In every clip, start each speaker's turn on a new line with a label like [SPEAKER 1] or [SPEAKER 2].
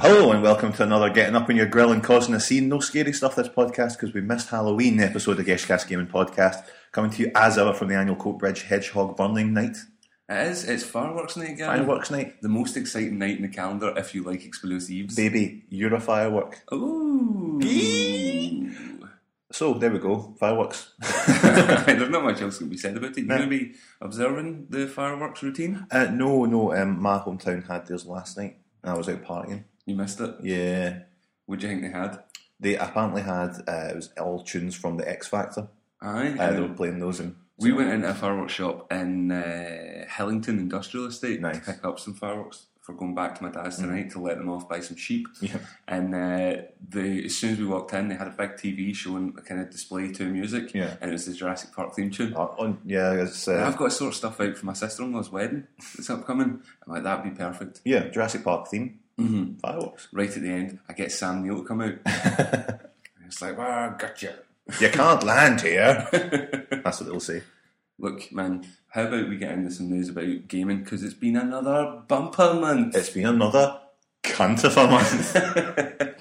[SPEAKER 1] Hello and welcome to another Getting Up on Your Grill and Causing a Scene. No scary stuff this podcast because we missed Halloween episode of Geshcast Gaming Podcast. Coming to you as ever from the annual Coatbridge Hedgehog Burning Night.
[SPEAKER 2] It is. It's fireworks night, Gary.
[SPEAKER 1] Fireworks night.
[SPEAKER 2] The most exciting night in the calendar if you like explosives. Oh.
[SPEAKER 1] Baby, you're a firework.
[SPEAKER 2] Ooh.
[SPEAKER 1] So there we go, fireworks.
[SPEAKER 2] There's not much else to be said about it. You're going to be observing the fireworks routine?
[SPEAKER 1] Uh, no, no, um, my hometown had theirs last night and I was out partying.
[SPEAKER 2] You missed it.
[SPEAKER 1] Yeah.
[SPEAKER 2] What do you think they had?
[SPEAKER 1] They apparently had, uh, it was all tunes from the X Factor.
[SPEAKER 2] Aye.
[SPEAKER 1] Uh, they were playing those and
[SPEAKER 2] we went into a fireworks shop in uh, Hillington Industrial Estate
[SPEAKER 1] Nice. Mm-hmm.
[SPEAKER 2] to pick up some fireworks for going back to my dad's tonight to let them off by some sheep.
[SPEAKER 1] Yeah.
[SPEAKER 2] And uh, they, as soon as we walked in, they had a big TV showing a kind of display to music,
[SPEAKER 1] Yeah.
[SPEAKER 2] and it was the Jurassic Park theme tune.
[SPEAKER 1] Uh, on, yeah, it's, uh,
[SPEAKER 2] I've got to sort stuff out for my sister in law's wedding that's upcoming. I'm like, that'd be perfect.
[SPEAKER 1] yeah, Jurassic Park theme. Mm-hmm. Fireworks.
[SPEAKER 2] Right at the end, I get Sam Neill to come out. it's like, ah, gotcha.
[SPEAKER 1] You can't land here. That's what they'll say.
[SPEAKER 2] Look, man, how about we get into some news about gaming? Because it's been another bumper month.
[SPEAKER 1] It's been another cunt of a month.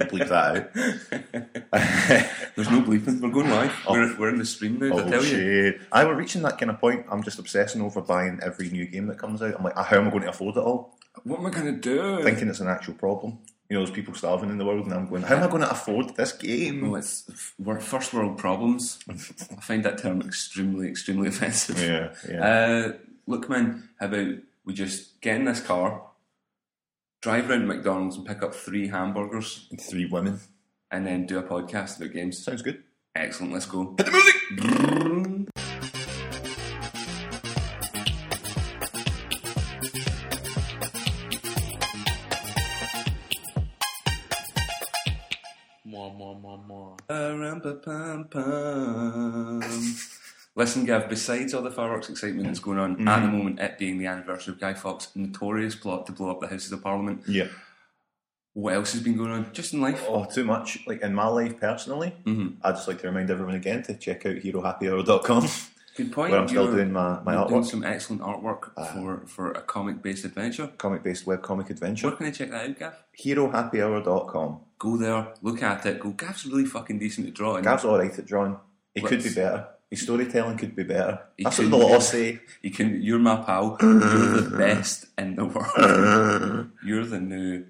[SPEAKER 1] Bleep that out.
[SPEAKER 2] There's no bleeping. We're going live. We're, we're in the stream now. I
[SPEAKER 1] oh
[SPEAKER 2] tell you.
[SPEAKER 1] shit! I were reaching that kind of point. I'm just obsessing over buying every new game that comes out. I'm like, how am I going to afford it all?
[SPEAKER 2] What am I going to do?
[SPEAKER 1] Thinking it's an actual problem. You know, there's people starving in the world, and I'm going, how am I going to afford this game?
[SPEAKER 2] Well, it's f- we're first world problems. I find that term extremely, extremely offensive.
[SPEAKER 1] Yeah, yeah.
[SPEAKER 2] Uh, look, man, how about we just get in this car, drive around McDonald's and pick up three hamburgers,
[SPEAKER 1] Three women
[SPEAKER 2] and then do a podcast about games?
[SPEAKER 1] Uh, sounds good.
[SPEAKER 2] Excellent, let's go.
[SPEAKER 1] Hit the music.
[SPEAKER 2] Ba-rum-pa-pum-pum. Listen, Gav, besides all the fireworks excitement that's going on at the
[SPEAKER 1] Mm-hmm.
[SPEAKER 2] moment, it being the anniversary of Guy Fawkes' notorious plot to blow up the Houses of Parliament,
[SPEAKER 1] Yeah.
[SPEAKER 2] what else has been going on just in life?
[SPEAKER 1] Oh, too much. Like in my life personally, I'd just like to remind everyone again to check out herohappyhour.com
[SPEAKER 2] Good point.
[SPEAKER 1] where I'm still
[SPEAKER 2] you're-
[SPEAKER 1] doing my, my
[SPEAKER 2] You're doing
[SPEAKER 1] artwork, Uh-huh.
[SPEAKER 2] some excellent artwork for, for a comic based adventure.
[SPEAKER 1] comic based webcomic adventure.
[SPEAKER 2] Where can I check that out, Gav?
[SPEAKER 1] herohappyhour.com.
[SPEAKER 2] Go there, look at it, go, Gav's really fucking decent at drawing.
[SPEAKER 1] Gav's all right at drawing. He could be
[SPEAKER 2] Let's-
[SPEAKER 1] better. His storytelling could be better.
[SPEAKER 2] He
[SPEAKER 1] That's
[SPEAKER 2] could
[SPEAKER 1] what the lot
[SPEAKER 2] be.
[SPEAKER 1] say.
[SPEAKER 2] You can, you're my pal, you're the best in the world. you're the new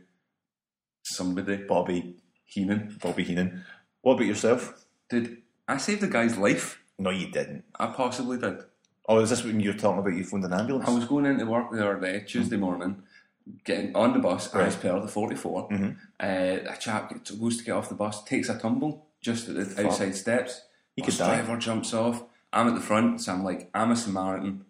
[SPEAKER 2] somebody,
[SPEAKER 1] Bobby,
[SPEAKER 2] Heenan.
[SPEAKER 1] Bobby Heenan. What about yourself?
[SPEAKER 2] Dude, I saved the guy's life.
[SPEAKER 1] No, you didn't.
[SPEAKER 2] I possibly did.
[SPEAKER 1] Oh, is this when you're talking about you phoned an ambulance?
[SPEAKER 2] I was going into work the other day, Tuesday morning, getting on the bus as per the 44. Uh, a chap gets- goes to get off the bus, takes a tumble just at the outside steps.
[SPEAKER 1] He
[SPEAKER 2] Bus
[SPEAKER 1] could die.
[SPEAKER 2] driver jumps off. I'm at the front, so I'm like, I'm a Samaritan.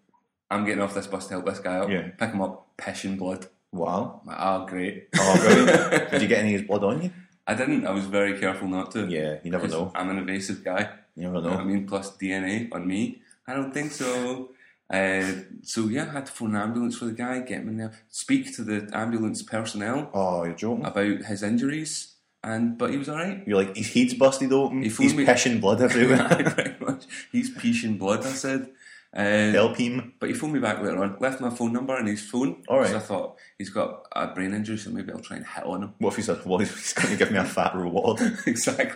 [SPEAKER 2] I'm getting off this bus to help this guy up.
[SPEAKER 1] Yeah.
[SPEAKER 2] Pick him up, pissing blood.
[SPEAKER 1] wow.
[SPEAKER 2] I'm like, ah, great.
[SPEAKER 1] Oh, brilliant. Did you get any of his blood on you?
[SPEAKER 2] I didn't. I was very careful not to.
[SPEAKER 1] Yeah, you never
[SPEAKER 2] 'Cause
[SPEAKER 1] know.
[SPEAKER 2] I'm an evasive guy.
[SPEAKER 1] You never
[SPEAKER 2] You know what I
[SPEAKER 1] know.
[SPEAKER 2] mean? Plus DNA on me. I don't think so. Uh, so yeah, I had to phone an ambulance for the guy, get him in there, speak to the ambulance personnel
[SPEAKER 1] Oh, you're joking.
[SPEAKER 2] about his injuries, and but he was all right.
[SPEAKER 1] You're like, his head's busted open.
[SPEAKER 2] He
[SPEAKER 1] He's
[SPEAKER 2] phoned me-
[SPEAKER 1] pissing blood everywhere.
[SPEAKER 2] Pretty much. He's peeing blood. I said. Uh,
[SPEAKER 1] Help him.
[SPEAKER 2] But he phoned me back later on, left my phone number in his phone.
[SPEAKER 1] All right.
[SPEAKER 2] So I thought he's got a brain injury, so maybe I'll try and hit on him.
[SPEAKER 1] What if he said, well, he's going to give me a fat reward?
[SPEAKER 2] exactly.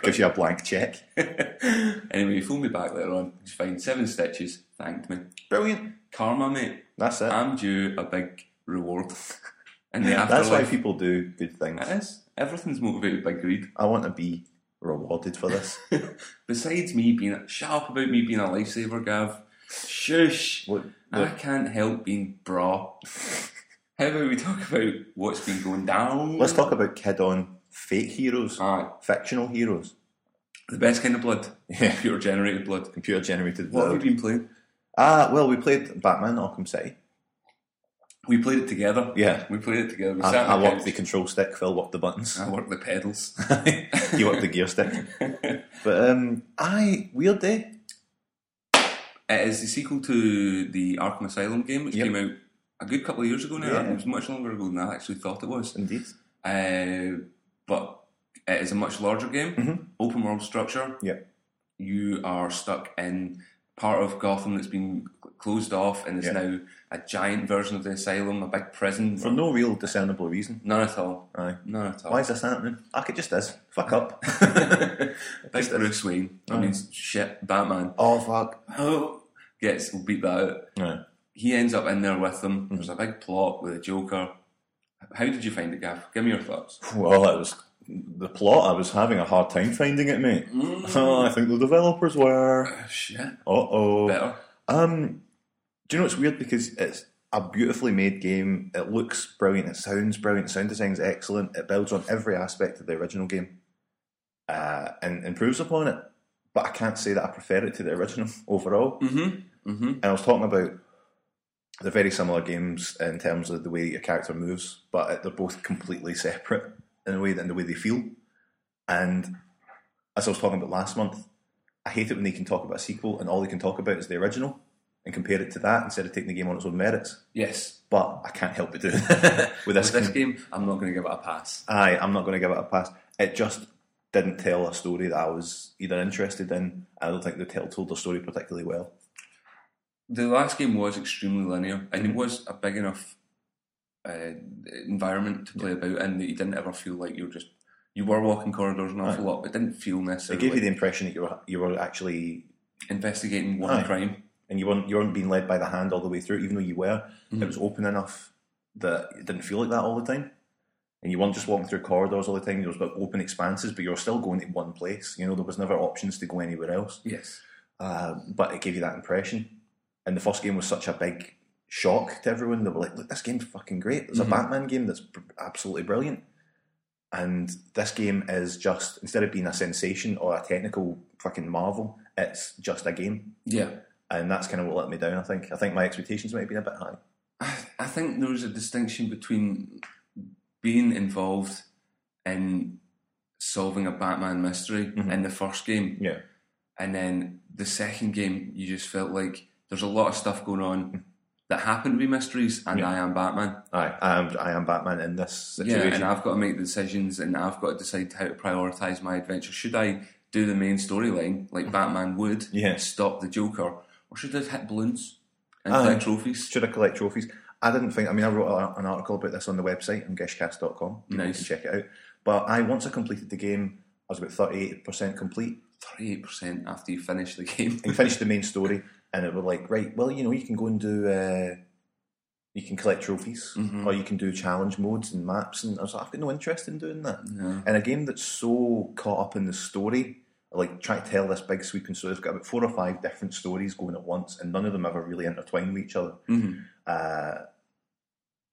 [SPEAKER 1] Gives you a blank check.
[SPEAKER 2] anyway, he phoned me back later on. He's fine. Seven stitches. Thanked me.
[SPEAKER 1] Brilliant.
[SPEAKER 2] Karma, mate.
[SPEAKER 1] That's it.
[SPEAKER 2] I'm due a big reward in the
[SPEAKER 1] That's why
[SPEAKER 2] afterlife.
[SPEAKER 1] people do good things.
[SPEAKER 2] It is. Everything's motivated by greed.
[SPEAKER 1] I want to be rewarded for this.
[SPEAKER 2] Besides me being a, shut up about me being a lifesaver, Gav. Shush.
[SPEAKER 1] What-
[SPEAKER 2] I can't help being bra. How about we talk about what's been going down? Ah,
[SPEAKER 1] Let's talk about kid on fake heroes,
[SPEAKER 2] Aye.
[SPEAKER 1] fictional heroes,
[SPEAKER 2] The best kind of blood.
[SPEAKER 1] Yeah.
[SPEAKER 2] Pure generated blood.
[SPEAKER 1] computer generated.
[SPEAKER 2] What have you been playing?
[SPEAKER 1] Ah, well, we played Batman Arkham City.
[SPEAKER 2] We played it together.
[SPEAKER 1] Yeah.
[SPEAKER 2] We played it together. We
[SPEAKER 1] I,
[SPEAKER 2] sat
[SPEAKER 1] I
[SPEAKER 2] on the
[SPEAKER 1] worked the
[SPEAKER 2] couch.
[SPEAKER 1] control stick, Phil worked the buttons.
[SPEAKER 2] I worked the pedals.
[SPEAKER 1] he worked the gear stick. But um, I weird day.
[SPEAKER 2] It is the sequel to the Arkham Asylum game, which
[SPEAKER 1] Yep.
[SPEAKER 2] came out a good couple of years ago now.
[SPEAKER 1] Yeah.
[SPEAKER 2] It was much longer ago than I actually thought it was.
[SPEAKER 1] Indeed.
[SPEAKER 2] Uh, but it
[SPEAKER 1] Mm-hmm.
[SPEAKER 2] is a much larger game, open world structure.
[SPEAKER 1] Yep.
[SPEAKER 2] You are stuck in part of Gotham that's been closed off and is
[SPEAKER 1] Yeah.
[SPEAKER 2] now a giant version of the asylum, a big prison.
[SPEAKER 1] For no real discernible reason.
[SPEAKER 2] None at all.
[SPEAKER 1] Aye.
[SPEAKER 2] None at all.
[SPEAKER 1] Why is this happening? Fuck, it just is. Fuck up.
[SPEAKER 2] Big Bruce Wayne. I mean, shit, Batman.
[SPEAKER 1] oh, fuck.
[SPEAKER 2] Oh, gets will beat that out.
[SPEAKER 1] Aye.
[SPEAKER 2] He ends up in there with
[SPEAKER 1] Hmm.
[SPEAKER 2] them. There's a big plot with the Joker. How did you find it, Gav? Give me your thoughts.
[SPEAKER 1] Well, it was the plot. I was having a hard time finding it, mate.
[SPEAKER 2] Hmm.
[SPEAKER 1] Oh, I think the developers were.
[SPEAKER 2] Oh, shit.
[SPEAKER 1] Uh oh.
[SPEAKER 2] Better.
[SPEAKER 1] Um, do you know it's weird because it's a beautifully made game. It looks brilliant. It sounds brilliant. Sound design's excellent. It builds on every aspect of the original game, uh, and improves upon it. But I can't say that I prefer it to the original overall.
[SPEAKER 2] Mm-hmm. Mm-hmm.
[SPEAKER 1] And I was talking about they're very similar games in terms of the way that your character moves, but they're both completely separate in a way than the way they feel. And as I was talking about last month, I hate it when they can talk about a sequel and all they can talk about is the original and compare it to that instead of taking the game on its own merits.
[SPEAKER 2] Yes.
[SPEAKER 1] But I can't help but do it with this.
[SPEAKER 2] With this
[SPEAKER 1] game.
[SPEAKER 2] game, I'm not going to give it a pass.
[SPEAKER 1] Aye, I'm not going to give it a pass. It just didn't tell a story that I was either interested in. I don't think the tell told the story particularly well.
[SPEAKER 2] the last game was extremely linear, and it was a big enough uh, environment to play about in that you didn't ever feel like you were just you were walking corridors an awful lot, but it didn't feel
[SPEAKER 1] It
[SPEAKER 2] necessarily
[SPEAKER 1] gave you the impression that you were you were actually
[SPEAKER 2] investigating one
[SPEAKER 1] Aye.
[SPEAKER 2] crime.
[SPEAKER 1] and you weren't you weren't being led by the hand all the way through, even though you were. It was open enough that it didn't feel like that all the time, and you weren't just walking through corridors all the time. There was about open expanses, but you were still going to one place. You know, there was never options to go anywhere else.
[SPEAKER 2] Yes,
[SPEAKER 1] Uh, but it gave you that impression. And the first game was such a big shock to everyone. They were like, "Look, this game's fucking great. There's a Batman game that's br- absolutely brilliant." And this game is just instead of being a sensation or a technical fucking marvel, it's just a game
[SPEAKER 2] yeah.
[SPEAKER 1] and that's kind of what let me down. I think. I think my expectations might have been a bit high.
[SPEAKER 2] I, I think there was a distinction between being involved in solving a Batman mystery in the first game
[SPEAKER 1] Mm-hmm. Yeah,
[SPEAKER 2] And then the second game, you just felt like there's a lot of stuff going
[SPEAKER 1] Mm.
[SPEAKER 2] on that happen to be mysteries, and I am Batman.
[SPEAKER 1] aye. I am. I am Batman in this
[SPEAKER 2] Yeah,
[SPEAKER 1] situation.
[SPEAKER 2] and I've got to make the decisions, and I've got to decide how to prioritize my adventure. Should I do the main storyline
[SPEAKER 1] Mm-hmm.
[SPEAKER 2] like Batman would,
[SPEAKER 1] Yeah.
[SPEAKER 2] stop the Joker, or should I hit balloons and
[SPEAKER 1] Aye.
[SPEAKER 2] collect trophies?
[SPEAKER 1] Should I collect trophies? I didn't think. I mean, I wrote a, an article about this on the website on gishcast.com. You
[SPEAKER 2] Nice.
[SPEAKER 1] can check it out. But I once I completed the game, I was about thirty-eight percent complete.
[SPEAKER 2] Thirty-eight percent after you finish the game.
[SPEAKER 1] And finished the main story, and it was like, right, well, you know, you can go and do. Uh, you can collect trophies,
[SPEAKER 2] Mm-hmm.
[SPEAKER 1] or you can do challenge modes and maps, and I was like, I've got no interest in doing that.
[SPEAKER 2] No.
[SPEAKER 1] in a game that's so caught up in the story, like try to tell this big sweeping story, it's got about four or five different stories going at once, and none of them ever really intertwine with each other.
[SPEAKER 2] Mhm.
[SPEAKER 1] Uh,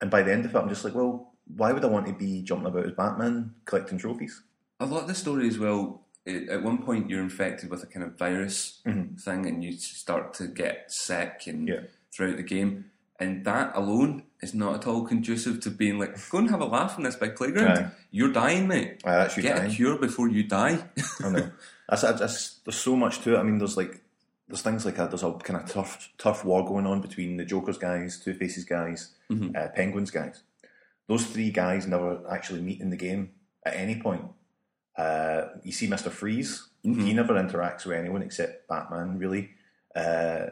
[SPEAKER 1] and by the end of it, I'm just like, well, why would I want to be jumping about as Batman collecting trophies?
[SPEAKER 2] I like the story as well. It, at one point, you're infected with a kind of virus thing, and you start to get sick and
[SPEAKER 1] Mm-hmm. Yeah.
[SPEAKER 2] throughout the game. And that alone is not at all conducive to being like, go and have a laugh in this big playground.
[SPEAKER 1] Aye.
[SPEAKER 2] You're dying, mate.
[SPEAKER 1] Aye, Uh, that's you
[SPEAKER 2] Get
[SPEAKER 1] dying.
[SPEAKER 2] a cure before you die.
[SPEAKER 1] I know. That's, that's, that's- there's so much to it. I mean, there's like there's things like that. There's a kind of tough tough war going on between the Joker's guys, Two Faces guys, uh, Penguins guys. Those three guys never actually meet in the game at any point. Uh, you see Mister Freeze. He
[SPEAKER 2] Mm.
[SPEAKER 1] never interacts with anyone except Batman. Really, uh,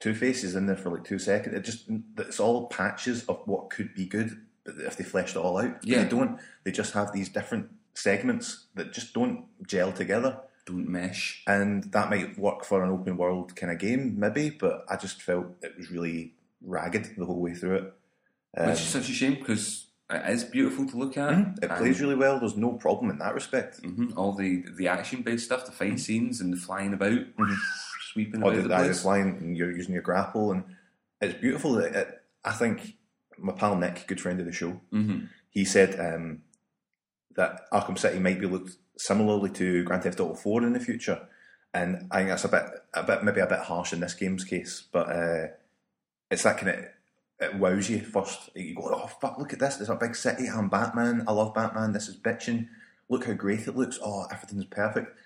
[SPEAKER 1] Two Face is in there for like two seconds. It just it's all patches of what could be good, but if they fleshed it all out, But
[SPEAKER 2] Yeah.
[SPEAKER 1] they don't. They just have these different segments that just don't gel together
[SPEAKER 2] Don't mesh.
[SPEAKER 1] and that might work for an open world kind of game, maybe. But I just felt it was really ragged the whole way through it. Um,
[SPEAKER 2] Which is such a shame because it is beautiful to look at.
[SPEAKER 1] hmm? Mm-hmm. It plays really well. There's no problem in that respect.
[SPEAKER 2] hmm All the, the action based stuff, the fight scenes, and the flying about, sweeping
[SPEAKER 1] Or
[SPEAKER 2] about
[SPEAKER 1] Mm-hmm. the,
[SPEAKER 2] the
[SPEAKER 1] that
[SPEAKER 2] place.
[SPEAKER 1] is lying and you're using your grapple, and it's beautiful. It, it- I think my pal Nick, good friend of the show,
[SPEAKER 2] Mhm.
[SPEAKER 1] he said um, that Arkham City might be looked similarly to Grand Theft Auto Four in the future, and I think that's a bit, a bit, maybe a bit harsh in this game's case, but uh, it's that kind of it wows you first. You go, oh fuck, look at this! There's a big city. I'm Batman. I love Batman. This is bitching. Look how great it looks. Oh, everything's perfect.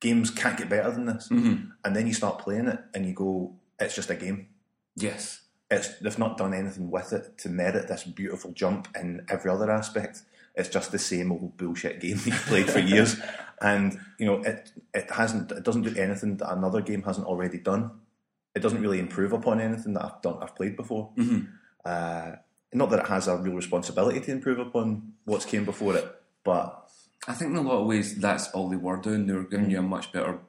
[SPEAKER 1] Games can't get better than this.
[SPEAKER 2] mm-hmm.
[SPEAKER 1] And then you start playing it, and you go, it's just a game
[SPEAKER 2] Yes.
[SPEAKER 1] it's they've not done anything with it to merit this beautiful jump in every other aspect. It's just the same old bullshit game you've played for years, and you know it. It hasn't. It doesn't do anything that another game hasn't already done. it doesn't really improve upon anything that I've done. I've played before. Uh, not that it has a real responsibility to improve upon what's came before it, but
[SPEAKER 2] I think in a lot of ways that's all they were doing. They were giving
[SPEAKER 1] Mm-hmm.
[SPEAKER 2] you a much better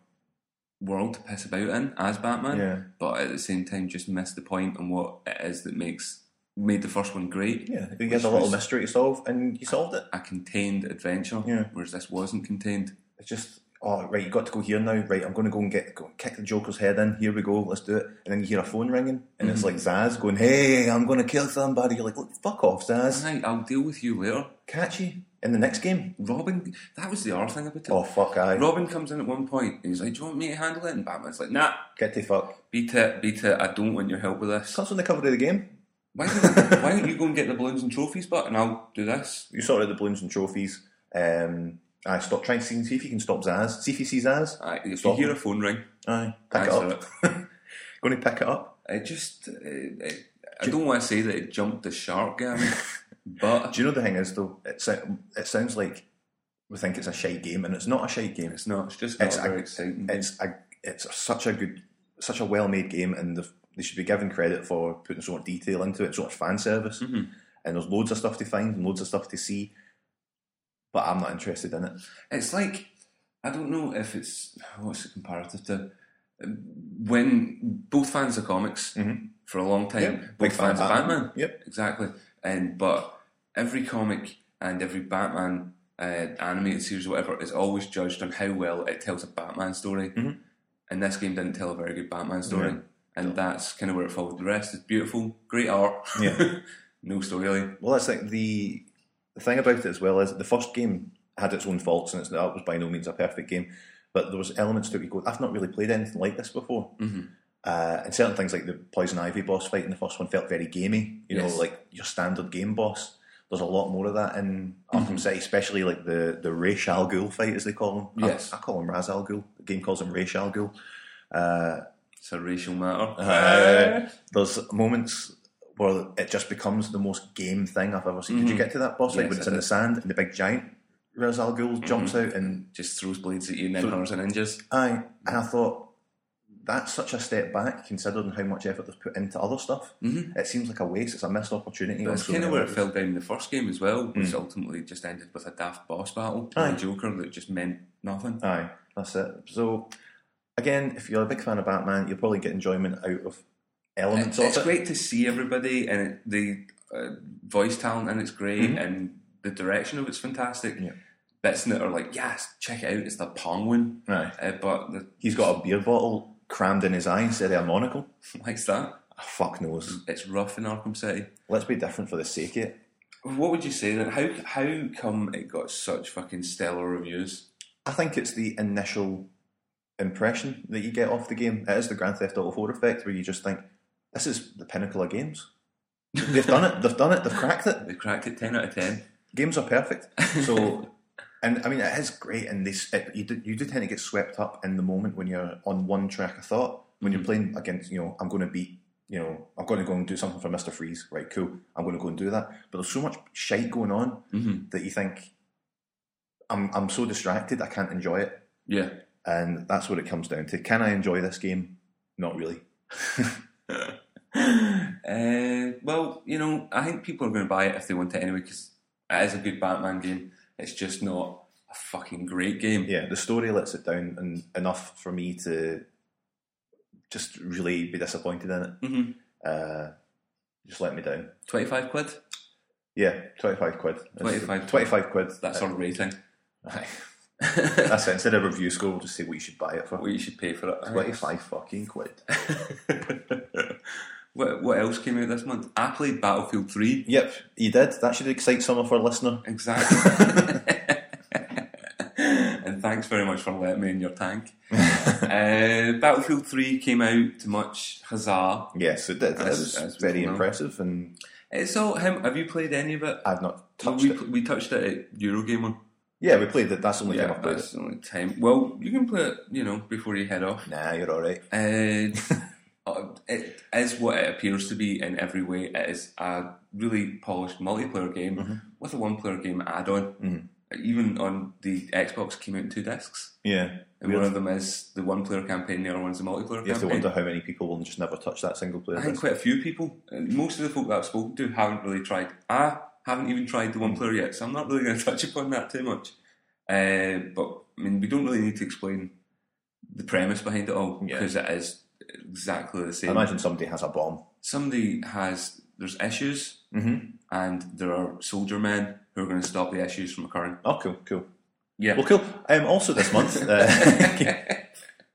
[SPEAKER 2] world to piss about in as Batman,
[SPEAKER 1] Yeah.
[SPEAKER 2] but at the same time just missed the point on what it is that makes made the first one great.
[SPEAKER 1] yeah, you
[SPEAKER 2] which
[SPEAKER 1] had a little
[SPEAKER 2] was
[SPEAKER 1] mystery to solve, and you solved it.
[SPEAKER 2] a contained adventure,
[SPEAKER 1] Yeah.
[SPEAKER 2] whereas this wasn't contained.
[SPEAKER 1] It's just, oh, right, you got to go here now. Right, I'm going to go and get go and kick the Joker's head in. Here we go, let's do it. And then you hear a phone ringing, and it's like Zaz going, "Hey, I'm going to kill somebody." You're like, "Look, fuck off, Zaz."
[SPEAKER 2] Aye, I'll deal with you later.
[SPEAKER 1] Catch you in the next game.
[SPEAKER 2] Robin, that was the other thing about it.
[SPEAKER 1] Oh fuck, I
[SPEAKER 2] Robin comes in at one point and he's like, "Do you want me to handle it?" And Batman's like, "Nah,
[SPEAKER 1] get to fuck.
[SPEAKER 2] beat it, beat it. I don't want your help with this.
[SPEAKER 1] That's on the cover of the game.
[SPEAKER 2] Why don't, why don't you go and get the balloons and trophies, but and I'll do this."
[SPEAKER 1] You sort out the balloons and trophies. Um, I stop trying to see, see if you can stop Zaz. See if he sees Zaz.
[SPEAKER 2] Aye, if
[SPEAKER 1] Stop
[SPEAKER 2] you hear
[SPEAKER 1] him.
[SPEAKER 2] a phone ring,
[SPEAKER 1] Aye, pick it
[SPEAKER 2] answer
[SPEAKER 1] up. Going to pick it up.
[SPEAKER 2] I just, uh, I, I don't want to say that it jumped the shark, Gary, but
[SPEAKER 1] Do you know the thing is though? It, sou- it sounds like we think it's a shite game, and it's not a shite game.
[SPEAKER 2] it's not. It's just not
[SPEAKER 1] It's
[SPEAKER 2] very exciting.
[SPEAKER 1] It's a, it's such a good, such a well-made game, and the, they should be given credit for putting so much detail into it, so much fan service.
[SPEAKER 2] Mm-hmm.
[SPEAKER 1] And there's loads of stuff to find and loads of stuff to see, but I'm not interested in it.
[SPEAKER 2] It's like I don't know if it's what's it comparative to when both fans of comics
[SPEAKER 1] Mm-hmm.
[SPEAKER 2] for a long time, both
[SPEAKER 1] Big fan
[SPEAKER 2] fans
[SPEAKER 1] of
[SPEAKER 2] of
[SPEAKER 1] Batman.
[SPEAKER 2] Batman.
[SPEAKER 1] Yep.
[SPEAKER 2] exactly. And but every comic and every Batman uh, animated series, or whatever, is always judged on how well it tells a Batman story.
[SPEAKER 1] Mm-hmm.
[SPEAKER 2] And this game didn't tell a very good Batman story. And that's kind of where it falls. The rest is beautiful, great art.
[SPEAKER 1] Yeah.
[SPEAKER 2] no story. really.
[SPEAKER 1] Well, that's like the the thing about it as well is the first game had its own faults, and it's, that was by no means a perfect game. But there was elements to it. You go, I've not really played anything like this before. Mm-hmm. Uh, and certain things like the poison ivy boss fight in the first one felt very gamey. You know,
[SPEAKER 2] Yes.
[SPEAKER 1] like your standard game boss. There's a lot more of that in
[SPEAKER 2] Mm-hmm.
[SPEAKER 1] Arkham City, especially like the the Ra's al Ghul fight, as they call him. I-
[SPEAKER 2] Yes.
[SPEAKER 1] I, call him Raz Al Ghul. The game calls him Ra's al Ghul.
[SPEAKER 2] It's a racial matter.
[SPEAKER 1] Uh, there's moments where it just becomes the most game thing I've ever seen. Did you get to that boss? Like
[SPEAKER 2] Yes,
[SPEAKER 1] when it's
[SPEAKER 2] I
[SPEAKER 1] in the sand and the big giant Ra's al Ghul jumps out and
[SPEAKER 2] Just throws blades at you and then hammers and injures.
[SPEAKER 1] I and I thought that's such a step back considering how much effort they've put into other stuff. Mm-hmm. It seems like a waste. It's a missed opportunity. on
[SPEAKER 2] That's
[SPEAKER 1] so
[SPEAKER 2] kind
[SPEAKER 1] many
[SPEAKER 2] of where it
[SPEAKER 1] levels.
[SPEAKER 2] fell down in the first game as well, which ultimately just ended with a daft boss battle
[SPEAKER 1] Aye.
[SPEAKER 2] and a Joker that just meant nothing.
[SPEAKER 1] Aye, that's it. So again, if you're a big fan of Batman, you'll probably get enjoyment out of elements
[SPEAKER 2] It's,
[SPEAKER 1] of
[SPEAKER 2] it's
[SPEAKER 1] it.
[SPEAKER 2] great to see everybody and it, the uh, voice talent and it's great and the direction of it's fantastic.
[SPEAKER 1] Mm-hmm. Yeah.
[SPEAKER 2] Bits in it are like, yes, check it out, it's the penguin.
[SPEAKER 1] Aye.
[SPEAKER 2] Uh, but the,
[SPEAKER 1] He's got a beer bottle crammed in his eye instead of a monocle. Ah,
[SPEAKER 2] likes that.
[SPEAKER 1] Fuck knows.
[SPEAKER 2] It's rough in Arkham City.
[SPEAKER 1] Let's be different for the sake of it.
[SPEAKER 2] What would you say then? How how come it got such fucking stellar reviews?
[SPEAKER 1] I think it's the initial impression that you get off the game. It is the Grand Theft Auto 4 effect where you just think, this is the pinnacle of games. They've done it, they've done it, they've cracked it.
[SPEAKER 2] They cracked it ten out of ten.
[SPEAKER 1] Games are perfect. So, and I mean, it is great, and this it, you, do, you do tend to get swept up in the moment when you're on one track of thought. When you're playing against, you know, I'm going to beat, you know, I'm going to go and do something for Mr. Freeze, right? Cool. I'm going to go and do that. But there's so much shite going on
[SPEAKER 2] Mm-hmm.
[SPEAKER 1] that you think, I'm, I'm so distracted, I can't enjoy it.
[SPEAKER 2] Yeah.
[SPEAKER 1] And that's what it comes down to. Can I enjoy this game? Not really.
[SPEAKER 2] uh, well, you know, I think people are going to buy it if they want it anyway because it is a good Batman game. It's just not a fucking great game.
[SPEAKER 1] Yeah, the story lets it down and enough for me to just really be disappointed in it.
[SPEAKER 2] Mhm.
[SPEAKER 1] Uh, just let me down.
[SPEAKER 2] Twenty-five quid.
[SPEAKER 1] Yeah, 25 quid. That's-
[SPEAKER 2] 25
[SPEAKER 1] 25 quid.
[SPEAKER 2] That's our rating.
[SPEAKER 1] Aye. That's it. Instead of review score, we'll just say what you should buy it for.
[SPEAKER 2] What you should pay for it.
[SPEAKER 1] 25 fucking quid.
[SPEAKER 2] what, what else came out this month? I played Battlefield Three.
[SPEAKER 1] Yep, you did. That should excite some of our listener.
[SPEAKER 2] Exactly. and thanks very much for letting me in your tank. uh, Battlefield Three came out to much huzzah.
[SPEAKER 1] Yes, it did. That
[SPEAKER 2] That's-
[SPEAKER 1] was
[SPEAKER 2] that's
[SPEAKER 1] very
[SPEAKER 2] cool, no?
[SPEAKER 1] impressive, and
[SPEAKER 2] It's all him. Have you played any of it?
[SPEAKER 1] I've not
[SPEAKER 2] Well,
[SPEAKER 1] touched
[SPEAKER 2] we,
[SPEAKER 1] it.
[SPEAKER 2] we touched it at Eurogamer.
[SPEAKER 1] Yeah, we played it. That's the only time I've played
[SPEAKER 2] that's the only time. Well, you can play it, you know, before you head off.
[SPEAKER 1] it. Nah, you're alright.
[SPEAKER 2] Uh, uh, it is what it appears to be in every way. It is a really polished multiplayer game Mm-hmm. with a one-player game add-on. Even on the Xbox, came out in two discs.
[SPEAKER 1] Yeah.
[SPEAKER 2] and
[SPEAKER 1] Weird.
[SPEAKER 2] one of them is the one player campaign, the other one's the multiplayer
[SPEAKER 1] You have to
[SPEAKER 2] campaign.
[SPEAKER 1] wonder how many people will just never touch that single player.
[SPEAKER 2] I think
[SPEAKER 1] list.
[SPEAKER 2] quite a few people, and most of the folk that I've spoken to, haven't really tried. I haven't even tried the one player yet, so I'm not really going to touch upon that too much. Uh, but I mean, we don't really need to explain the premise behind it all
[SPEAKER 1] Yeah.
[SPEAKER 2] because it is exactly the
[SPEAKER 1] I
[SPEAKER 2] same.
[SPEAKER 1] imagine somebody has a bomb.
[SPEAKER 2] Somebody has there's issues,
[SPEAKER 1] Mm-hmm.
[SPEAKER 2] and there are soldier men who are going to stop the issues from occurring.
[SPEAKER 1] Oh, cool, cool.
[SPEAKER 2] Yeah.
[SPEAKER 1] Well, cool. Um, also this month, uh,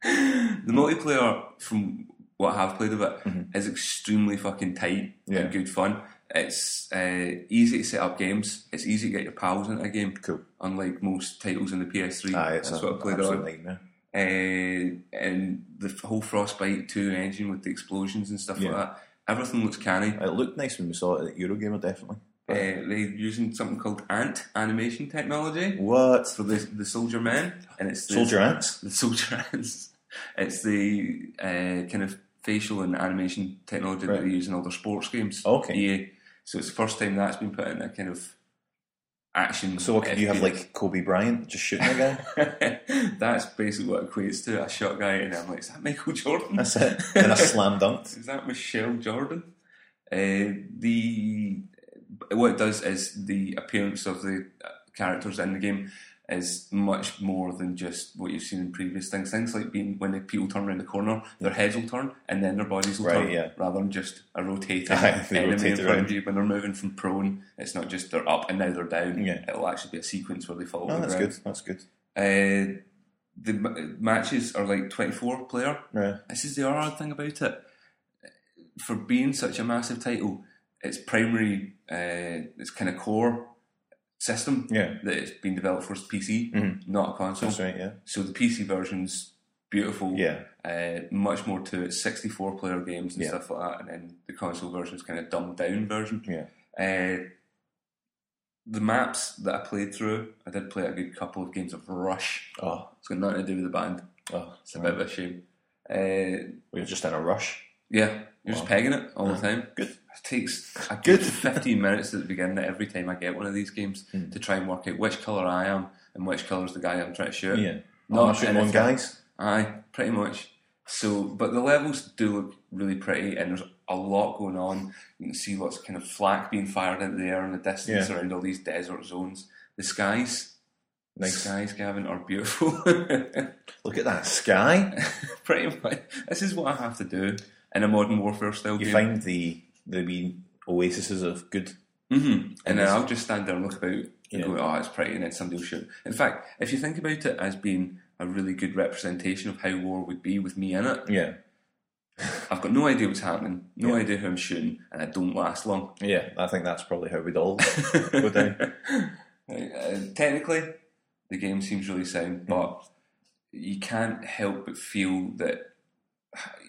[SPEAKER 2] the multiplayer, from what I've played of it, is extremely fucking tight
[SPEAKER 1] Mm-hmm. Yeah.
[SPEAKER 2] and good fun. It's uh, easy to set up games. It's easy to get your pals into a game.
[SPEAKER 1] Cool.
[SPEAKER 2] Unlike most titles in the PS3,
[SPEAKER 1] aye, it's
[SPEAKER 2] that's
[SPEAKER 1] a,
[SPEAKER 2] what I played it
[SPEAKER 1] absolute
[SPEAKER 2] on.
[SPEAKER 1] nightmare.
[SPEAKER 2] Uh, and the f- whole Frostbite 2 engine with the explosions and stuff
[SPEAKER 1] Yeah.
[SPEAKER 2] like that. Everything looks canny.
[SPEAKER 1] It looked nice when we saw it at Eurogamer, definitely.
[SPEAKER 2] Uh, they're using something called Ant animation technology
[SPEAKER 1] What?
[SPEAKER 2] for the the soldier men, and it's the,
[SPEAKER 1] Soldier ants?
[SPEAKER 2] the soldier ants. It's the uh, kind of facial and animation technology
[SPEAKER 1] Right.
[SPEAKER 2] that they use in all their sports games.
[SPEAKER 1] Okay.
[SPEAKER 2] Yeah. So it's the first time that's been put in a kind of action.
[SPEAKER 1] So what could you have
[SPEAKER 2] FPS.
[SPEAKER 1] like Kobe Bryant just shooting a guy?
[SPEAKER 2] that's basically what it equates to. I shot a guy and I'm like, is that Michael Jordan?
[SPEAKER 1] That's it. And a slam dunked.
[SPEAKER 2] Is that Michelle Jordan? Uh, the what it does is the appearance of the characters in the game is much more than just what you've seen in previous things. Things like being when the people turn around the corner, their heads will turn and then their bodies will
[SPEAKER 1] Right,
[SPEAKER 2] turn,
[SPEAKER 1] yeah.
[SPEAKER 2] rather than just a rotating
[SPEAKER 1] Aye, they
[SPEAKER 2] enemy
[SPEAKER 1] rotate
[SPEAKER 2] in front
[SPEAKER 1] around.
[SPEAKER 2] of you. When they're moving from prone, it's not just they're up and now they're down.
[SPEAKER 1] Yeah.
[SPEAKER 2] It'll actually be a sequence where they fall.
[SPEAKER 1] Oh, that's good. That's good.
[SPEAKER 2] Uh, the m- matches are like twenty-four player.
[SPEAKER 1] Yeah.
[SPEAKER 2] This is the odd thing about it. For being such a massive title, its primary, uh, its kind of core system
[SPEAKER 1] Yeah. Mm-hmm.
[SPEAKER 2] that it's been developed for is PC, not a console.
[SPEAKER 1] That's right, yeah.
[SPEAKER 2] So the PC version's beautiful.
[SPEAKER 1] Yeah.
[SPEAKER 2] Uh, much more to it. 64 player games and
[SPEAKER 1] Yeah.
[SPEAKER 2] stuff like that. And then the console version's kind of dumbed down version.
[SPEAKER 1] Yeah.
[SPEAKER 2] Uh, the maps that I played through, I did play a good couple of games of Rush.
[SPEAKER 1] Oh,
[SPEAKER 2] It's got nothing to do with the band.
[SPEAKER 1] oh.
[SPEAKER 2] It's a bit of a shame. Uh,
[SPEAKER 1] We were just in a rush.
[SPEAKER 2] yeah, you're just pegging it all the time.
[SPEAKER 1] Good.
[SPEAKER 2] It takes a
[SPEAKER 1] Good.
[SPEAKER 2] good 15 minutes at the beginning of every time I get one of these games
[SPEAKER 1] Hmm.
[SPEAKER 2] to try and work out which colour I am and which colour's the guy I'm trying to shoot.
[SPEAKER 1] Yeah.
[SPEAKER 2] Not
[SPEAKER 1] Not shooting one
[SPEAKER 2] anything.
[SPEAKER 1] guys.
[SPEAKER 2] Aye, pretty much. So, but the levels do look really pretty, and there's a lot going on. You can see lots of kind of flak being fired into the air in the distance
[SPEAKER 1] Yeah.
[SPEAKER 2] around all these desert zones. The skies,
[SPEAKER 1] Nice.
[SPEAKER 2] the skies, Gavin, are beautiful.
[SPEAKER 1] Look at that sky.
[SPEAKER 2] pretty much. This is what I have to do in a modern warfare style
[SPEAKER 1] You
[SPEAKER 2] game.
[SPEAKER 1] find the the wee oases of good.
[SPEAKER 2] hmm And then I'll just stand there and look about and
[SPEAKER 1] Yeah.
[SPEAKER 2] go, oh, it's pretty, and then somebody will shoot. In fact, if you think about it as being a really good representation of how war would be with me in it,
[SPEAKER 1] Yeah.
[SPEAKER 2] I've got no idea what's happening, no idea who I'm shooting, and I don't last long.
[SPEAKER 1] Yeah. I think that's probably how we'd all go down.
[SPEAKER 2] Right, uh, technically, the game seems really sound, but you can't help but feel that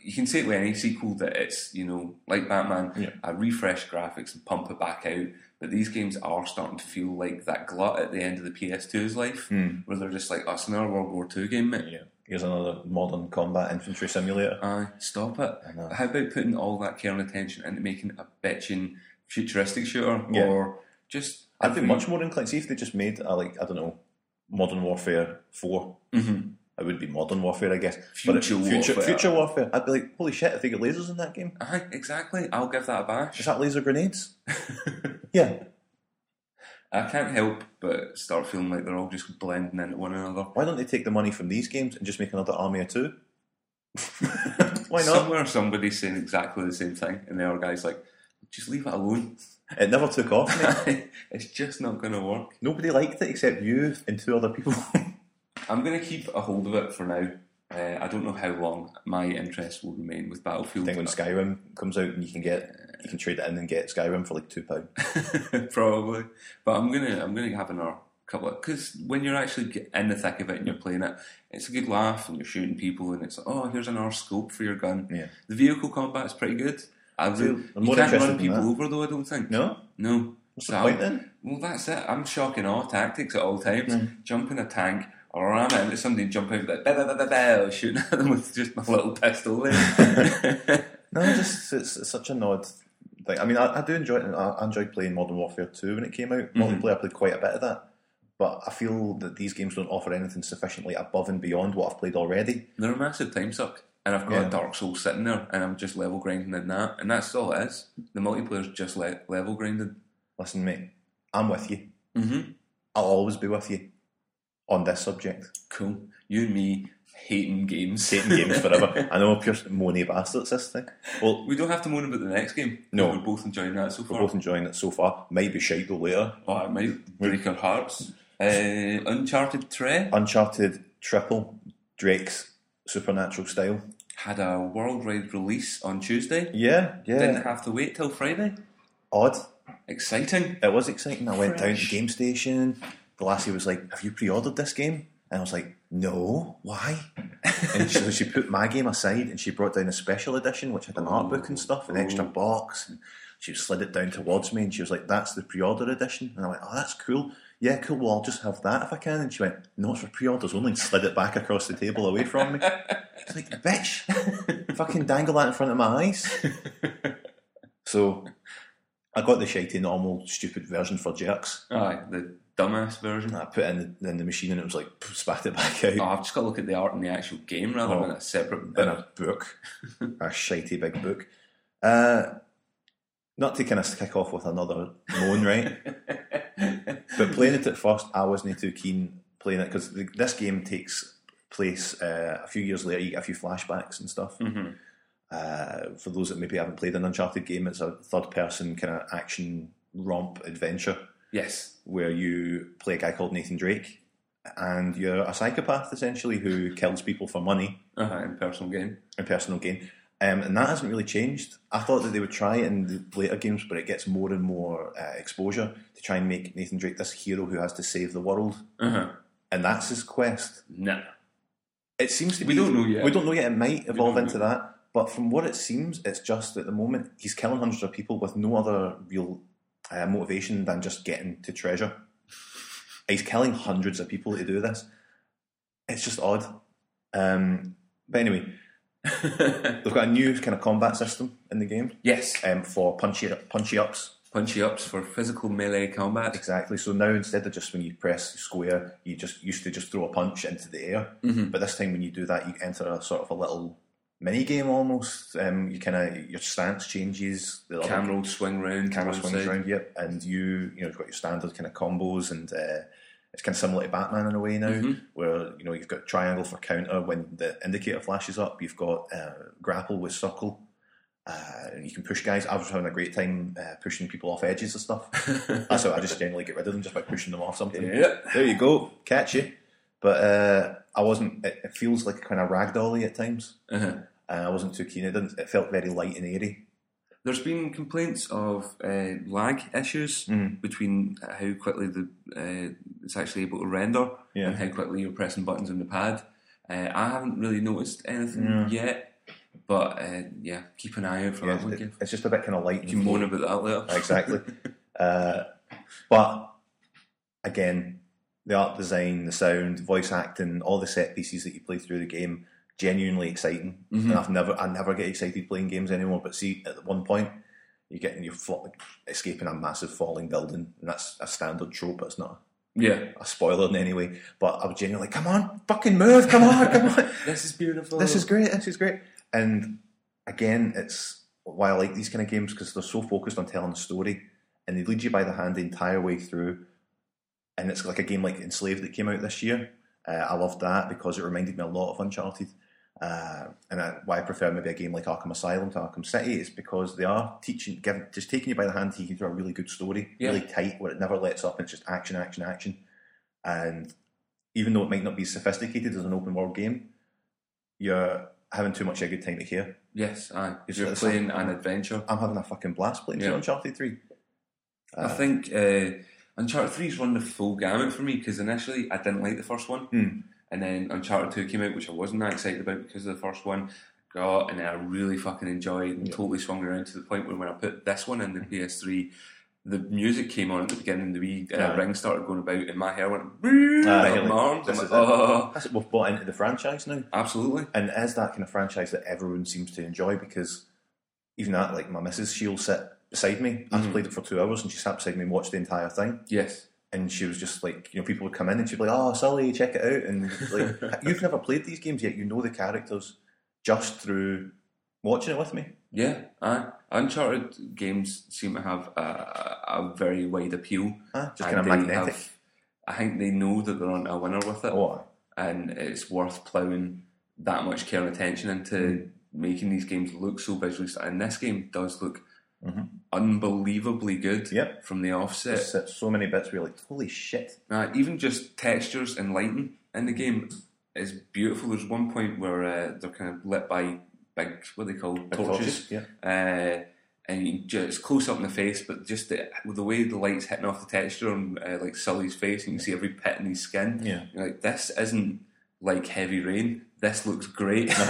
[SPEAKER 2] you can say it with any sequel that it's you know like Batman,
[SPEAKER 1] Yeah.
[SPEAKER 2] I refresh graphics and pump it back out. But these games are starting to feel like that glut at the end of the PS2's life,
[SPEAKER 1] Hmm.
[SPEAKER 2] where they're just like, "Oh, it's another World War Two game, mate."
[SPEAKER 1] Yeah. Here's another modern combat infantry simulator.
[SPEAKER 2] Aye, stop it.
[SPEAKER 1] I know.
[SPEAKER 2] How about putting all that care and attention into making a bitchin' futuristic shooter
[SPEAKER 1] Yeah.
[SPEAKER 2] or just.
[SPEAKER 1] I'd be much more inclined. See if they just made a, like I don't know, Modern Warfare 4
[SPEAKER 2] Mhm.
[SPEAKER 1] It would be Modern Warfare, I guess.
[SPEAKER 2] Future
[SPEAKER 1] future,
[SPEAKER 2] Warfare.
[SPEAKER 1] future warfare. I'd be like, holy shit! If they get lasers in that game,
[SPEAKER 2] Aye, exactly. I'll give that a
[SPEAKER 1] is
[SPEAKER 2] bash.
[SPEAKER 1] that laser grenades? yeah.
[SPEAKER 2] I can't help but start feeling like they're all just blending into one another.
[SPEAKER 1] Why don't they take the money from these games and just make another Army of Two? Why not?
[SPEAKER 2] Somewhere somebody's saying exactly the same thing, and the other guy's like, just leave it alone.
[SPEAKER 1] It never took off. mate.
[SPEAKER 2] it's just not going to work.
[SPEAKER 1] Nobody liked it except you and two other people.
[SPEAKER 2] I'm going to keep a hold of it for now. Uh, I don't know how long my interest will remain with Battlefield.
[SPEAKER 1] then when Skyrim comes out and you can get, you can trade it in and get Skyrim for like two pound.
[SPEAKER 2] probably. But I'm gonna I'm gonna have another couple because when you're actually get- in the thick of it and you're playing it, it's a good laugh and you're shooting people and it's like, oh here's another scope for your gun.
[SPEAKER 1] Yeah.
[SPEAKER 2] The vehicle combat's pretty good. I really,
[SPEAKER 1] I'm
[SPEAKER 2] you
[SPEAKER 1] more
[SPEAKER 2] can't
[SPEAKER 1] interested
[SPEAKER 2] run
[SPEAKER 1] in
[SPEAKER 2] people
[SPEAKER 1] that.
[SPEAKER 2] over though. I don't think.
[SPEAKER 1] No,
[SPEAKER 2] No.
[SPEAKER 1] what's
[SPEAKER 2] So
[SPEAKER 1] the point
[SPEAKER 2] I'm-
[SPEAKER 1] then?
[SPEAKER 2] well, that's it. I'm shock and awe tactics at all times. Jump in a tank or ram into somebody, and jump out like, "Bow, bow, bow, bow," shooting at them with just my little pistol. There.
[SPEAKER 1] No, just it's, it's such an odd Mm-hmm. thing. I mean, I, I do enjoy it. and I I enjoyed playing Modern Warfare Two when it came out. Multiplayer, I played quite a bit of that, But I feel that these games don't offer anything sufficiently above and beyond what I've played already.
[SPEAKER 2] They're a massive time suck. And I've got
[SPEAKER 1] Yeah.
[SPEAKER 2] a Dark Soul sitting there and I'm just level grinding in that. And that's all it is. The multiplayer's just le- level grinding.
[SPEAKER 1] Listen, mate, I'm with you.
[SPEAKER 2] Mm-hmm.
[SPEAKER 1] I'll always be with you on this subject.
[SPEAKER 2] Cool. You and me hating games.
[SPEAKER 1] Taking games forever. I know I'm pure moany bastards, this thing. Well,
[SPEAKER 2] We don't have to moan about the next game.
[SPEAKER 1] No.
[SPEAKER 2] We're both enjoying that so
[SPEAKER 1] we're
[SPEAKER 2] far.
[SPEAKER 1] both enjoying it so far. Might be shite though later.
[SPEAKER 2] Oh, it might break our hearts. Uh, Uncharted Tre
[SPEAKER 1] Uncharted Triple, Drake's supernatural style.
[SPEAKER 2] had a worldwide release on Tuesday.
[SPEAKER 1] Yeah, yeah.
[SPEAKER 2] Didn't have to wait till Friday.
[SPEAKER 1] Odd.
[SPEAKER 2] Exciting.
[SPEAKER 1] It was exciting. I went down to
[SPEAKER 2] Fresh.
[SPEAKER 1] Game Station. The lassie was like, Have you pre ordered this game? And I was like, No, why? and so she put my game aside and she brought down a special edition, which had an art book and stuff, an extra box. And she slid it down towards me and she was like, That's the pre order edition. And I went, Oh, that's cool. Yeah, cool. Well, I'll just have that if I can. And she went, No, it's for pre orders only, and slid it back across the table away from me. It's like, Bitch, fucking dangle that in front of my eyes. So I got the shitey, normal, stupid version for jerks.
[SPEAKER 2] Aye, the dumbass version.
[SPEAKER 1] And I put it in the, in the machine and it was like, spat it back out.
[SPEAKER 2] Oh, I've just got to look at the art in the actual game rather
[SPEAKER 1] Oh.
[SPEAKER 2] than a separate
[SPEAKER 1] in
[SPEAKER 2] bit.
[SPEAKER 1] a book, a shitey big book. Uh, not to kind of kick off with another moan, right? but playing it at first, I wasn't too keen playing it because this game takes place uh, a few years later. You get a few flashbacks and stuff.
[SPEAKER 2] Mhm.
[SPEAKER 1] Uh, for those that maybe haven't played an Uncharted game, it's a third-person kind of action romp adventure
[SPEAKER 2] Yes.
[SPEAKER 1] where you play a guy called Nathan Drake, and you're a psychopath essentially who kills people for money
[SPEAKER 2] Uh-huh, in personal game.
[SPEAKER 1] and personal gain. Um, and that hasn't really changed. I thought that they would try it in the later games, but it gets more and more uh, exposure to try and make Nathan Drake this hero who has to save the world,
[SPEAKER 2] Uh-huh.
[SPEAKER 1] and that's his quest.
[SPEAKER 2] Nah.
[SPEAKER 1] It seems to
[SPEAKER 2] We
[SPEAKER 1] be.
[SPEAKER 2] don't know yet.
[SPEAKER 1] We don't know yet. It might evolve
[SPEAKER 2] don't
[SPEAKER 1] into that, but from what it seems, it's just at the moment he's killing hundreds of people with no other real uh, motivation than just getting to treasure. He's killing hundreds of people to do this. It's just odd. Um, but anyway, they've got a new kind of combat system in the game
[SPEAKER 2] yes.
[SPEAKER 1] um, for punchy punchy ups.
[SPEAKER 2] Punchy ups for physical melee combat.
[SPEAKER 1] Exactly. So now instead of just when you press square, you just used to just throw a punch into the air.
[SPEAKER 2] Mhm.
[SPEAKER 1] But this time when you do that, you enter a sort of a little mini game almost. Um, you kind of your stance changes. The other
[SPEAKER 2] Camera will swing round. to
[SPEAKER 1] camera
[SPEAKER 2] one
[SPEAKER 1] swings
[SPEAKER 2] side.
[SPEAKER 1] around. Yep. And you you know you've got your standard kind of combos and. Uh, it's kind of similar to Batman in a way now,
[SPEAKER 2] Mm-hmm.
[SPEAKER 1] where you know you've got triangle for counter when the indicator flashes up. You've got uh, grapple with circle. Uh, and you can push guys. I was having a great time uh, pushing people off edges and stuff. That's how I just generally get rid of them, just by pushing them off something.
[SPEAKER 2] Yep.
[SPEAKER 1] There you go, catch you. But uh, I wasn't. It, it feels like kind of ragdolly at times.
[SPEAKER 2] Uh-huh.
[SPEAKER 1] Uh, I wasn't too keen. It didn't. It felt very light and airy.
[SPEAKER 2] There's been complaints of uh, lag issues
[SPEAKER 1] Mm.
[SPEAKER 2] between eh, how quickly the uh, it's actually able to render
[SPEAKER 1] Yeah.
[SPEAKER 2] and how quickly you're pressing buttons on the pad. Uh, I haven't really noticed anything yet, but uh, yeah, keep an eye out for that
[SPEAKER 1] Yeah,
[SPEAKER 2] one.
[SPEAKER 1] it-
[SPEAKER 2] Kev.
[SPEAKER 1] it's just a bit kind of light. And
[SPEAKER 2] You can moan about that later.
[SPEAKER 1] exactly. uh, but again, the art design, the sound, voice acting, all the set pieces that you play through the game, genuinely exciting. And I've never, I never get excited playing games anymore. But see, at one point, you're getting you're flo- escaping a massive falling building, and that's a standard trope. It's not
[SPEAKER 2] yeah,
[SPEAKER 1] a spoiler in any way. But I was genuinely like, come on, fucking move, come on, come on.
[SPEAKER 2] this is beautiful.
[SPEAKER 1] This is great. This is great. And again, it's why I like these kind of games because they're so focused on telling a story, and they lead you by the hand the entire way through. And it's like a game like Enslaved that came out this year. Uh, I loved that because it reminded me a lot of Uncharted. Uh, and I, why I prefer maybe a game like Arkham Asylum to Arkham City is because they are teaching, giving, just taking you by the hand, taking you through a really good story,
[SPEAKER 2] Yeah.
[SPEAKER 1] really tight, where it never lets up. It's just action, action, action. And even though it might not be sophisticated as an open world game, you're having too much of a good time to hear.
[SPEAKER 2] yes, aye.
[SPEAKER 1] It's
[SPEAKER 2] You're
[SPEAKER 1] like-
[SPEAKER 2] playing an adventure.
[SPEAKER 1] I'm having a fucking blast playing through
[SPEAKER 2] Yeah.
[SPEAKER 1] Uncharted 3.
[SPEAKER 2] I think uh, Uncharted 3 has run the full gamut for me because initially I didn't like the first one.
[SPEAKER 1] Mm.
[SPEAKER 2] And then Uncharted 2 came out, which I wasn't that excited about because of the first one. Got and I really fucking enjoyed and totally swung around to the point where when I put this one in
[SPEAKER 1] Hmm.
[SPEAKER 2] the PS3, the music came on at the beginning, the wee uh,
[SPEAKER 1] Aye.
[SPEAKER 2] ring started going about, and my hair went
[SPEAKER 1] Aye,
[SPEAKER 2] up
[SPEAKER 1] you're
[SPEAKER 2] my
[SPEAKER 1] like,
[SPEAKER 2] arms.
[SPEAKER 1] Uh,
[SPEAKER 2] I'm
[SPEAKER 1] this
[SPEAKER 2] like,
[SPEAKER 1] is it.
[SPEAKER 2] oh,
[SPEAKER 1] That's it, we've bought into the franchise now.
[SPEAKER 2] absolutely.
[SPEAKER 1] And it is that kind of franchise that everyone seems to enjoy because even that, like my missus, she'll sit beside me. I've played it for two hours and she sat beside me and watched the entire thing.
[SPEAKER 2] Yes.
[SPEAKER 1] and she was just like, you know, people would come in and she'd be like, "Oh, Sully, check it out," and like, you've never played these games yet, you know the characters just through watching it with me.
[SPEAKER 2] Yeah, aye. Uncharted games seem to have a, a, a very wide appeal.
[SPEAKER 1] Ah, just
[SPEAKER 2] and
[SPEAKER 1] kind of
[SPEAKER 2] they
[SPEAKER 1] magnetic.
[SPEAKER 2] have- I think they know that they're on a winner with it,
[SPEAKER 1] Oh, aye.
[SPEAKER 2] and it's worth ploughing that much care and attention into
[SPEAKER 1] Mm-hmm.
[SPEAKER 2] making these games look so visually stunning. And this game does look unbelievably good
[SPEAKER 1] Mm-hmm. Yep.
[SPEAKER 2] from the offset.
[SPEAKER 1] It's- it's so many bits where you're like, "Holy shit!"
[SPEAKER 2] Nah, even just textures and lighting in the game is beautiful. There's one point where uh, they're kind of lit by big, what are they called, torches.
[SPEAKER 1] torches, yeah.
[SPEAKER 2] Uh, and you ju- it's close up in the face, but just the, with the way the light's hitting off the texture on uh, like Sully's face, and you can see every pit in his skin.
[SPEAKER 1] Yeah.
[SPEAKER 2] You're like, this isn't like heavy rain. This looks great.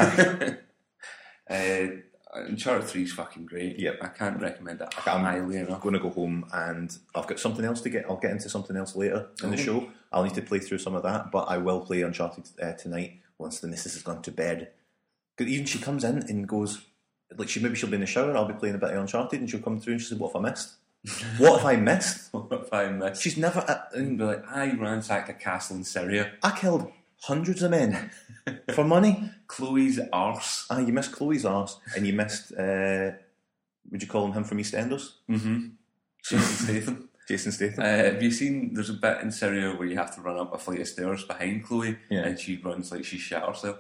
[SPEAKER 2] uh, Uncharted 3 is fucking great.
[SPEAKER 1] Yep.
[SPEAKER 2] I can't recommend that
[SPEAKER 1] I'm
[SPEAKER 2] highly enough.
[SPEAKER 1] going to go home and I've got something else to get. I'll get into something else later in the show. I'll need to play through some of that, but I will play Uncharted uh, tonight once the missus has gone to bed. 'Cause even she comes in and goes, like she maybe she'll be in the shower. I'll be playing a bit of Uncharted, and she'll come through and she'll say, "What have I missed? what have I missed?"
[SPEAKER 2] if I missed
[SPEAKER 1] She's never. uh, and
[SPEAKER 2] be like, I ransacked a castle in Syria.
[SPEAKER 1] I killed hundreds of men for money.
[SPEAKER 2] Chloe's arse.
[SPEAKER 1] Ah, you missed Chloe's arse, and you missed. Uh, would you call him him from EastEnders?
[SPEAKER 2] Jason Statham.
[SPEAKER 1] Jason Statham.
[SPEAKER 2] Uh, have you seen? There's a bit in Syria where you have to run up a flight of stairs behind Chloe,
[SPEAKER 1] Yeah.
[SPEAKER 2] and she runs like she shot herself.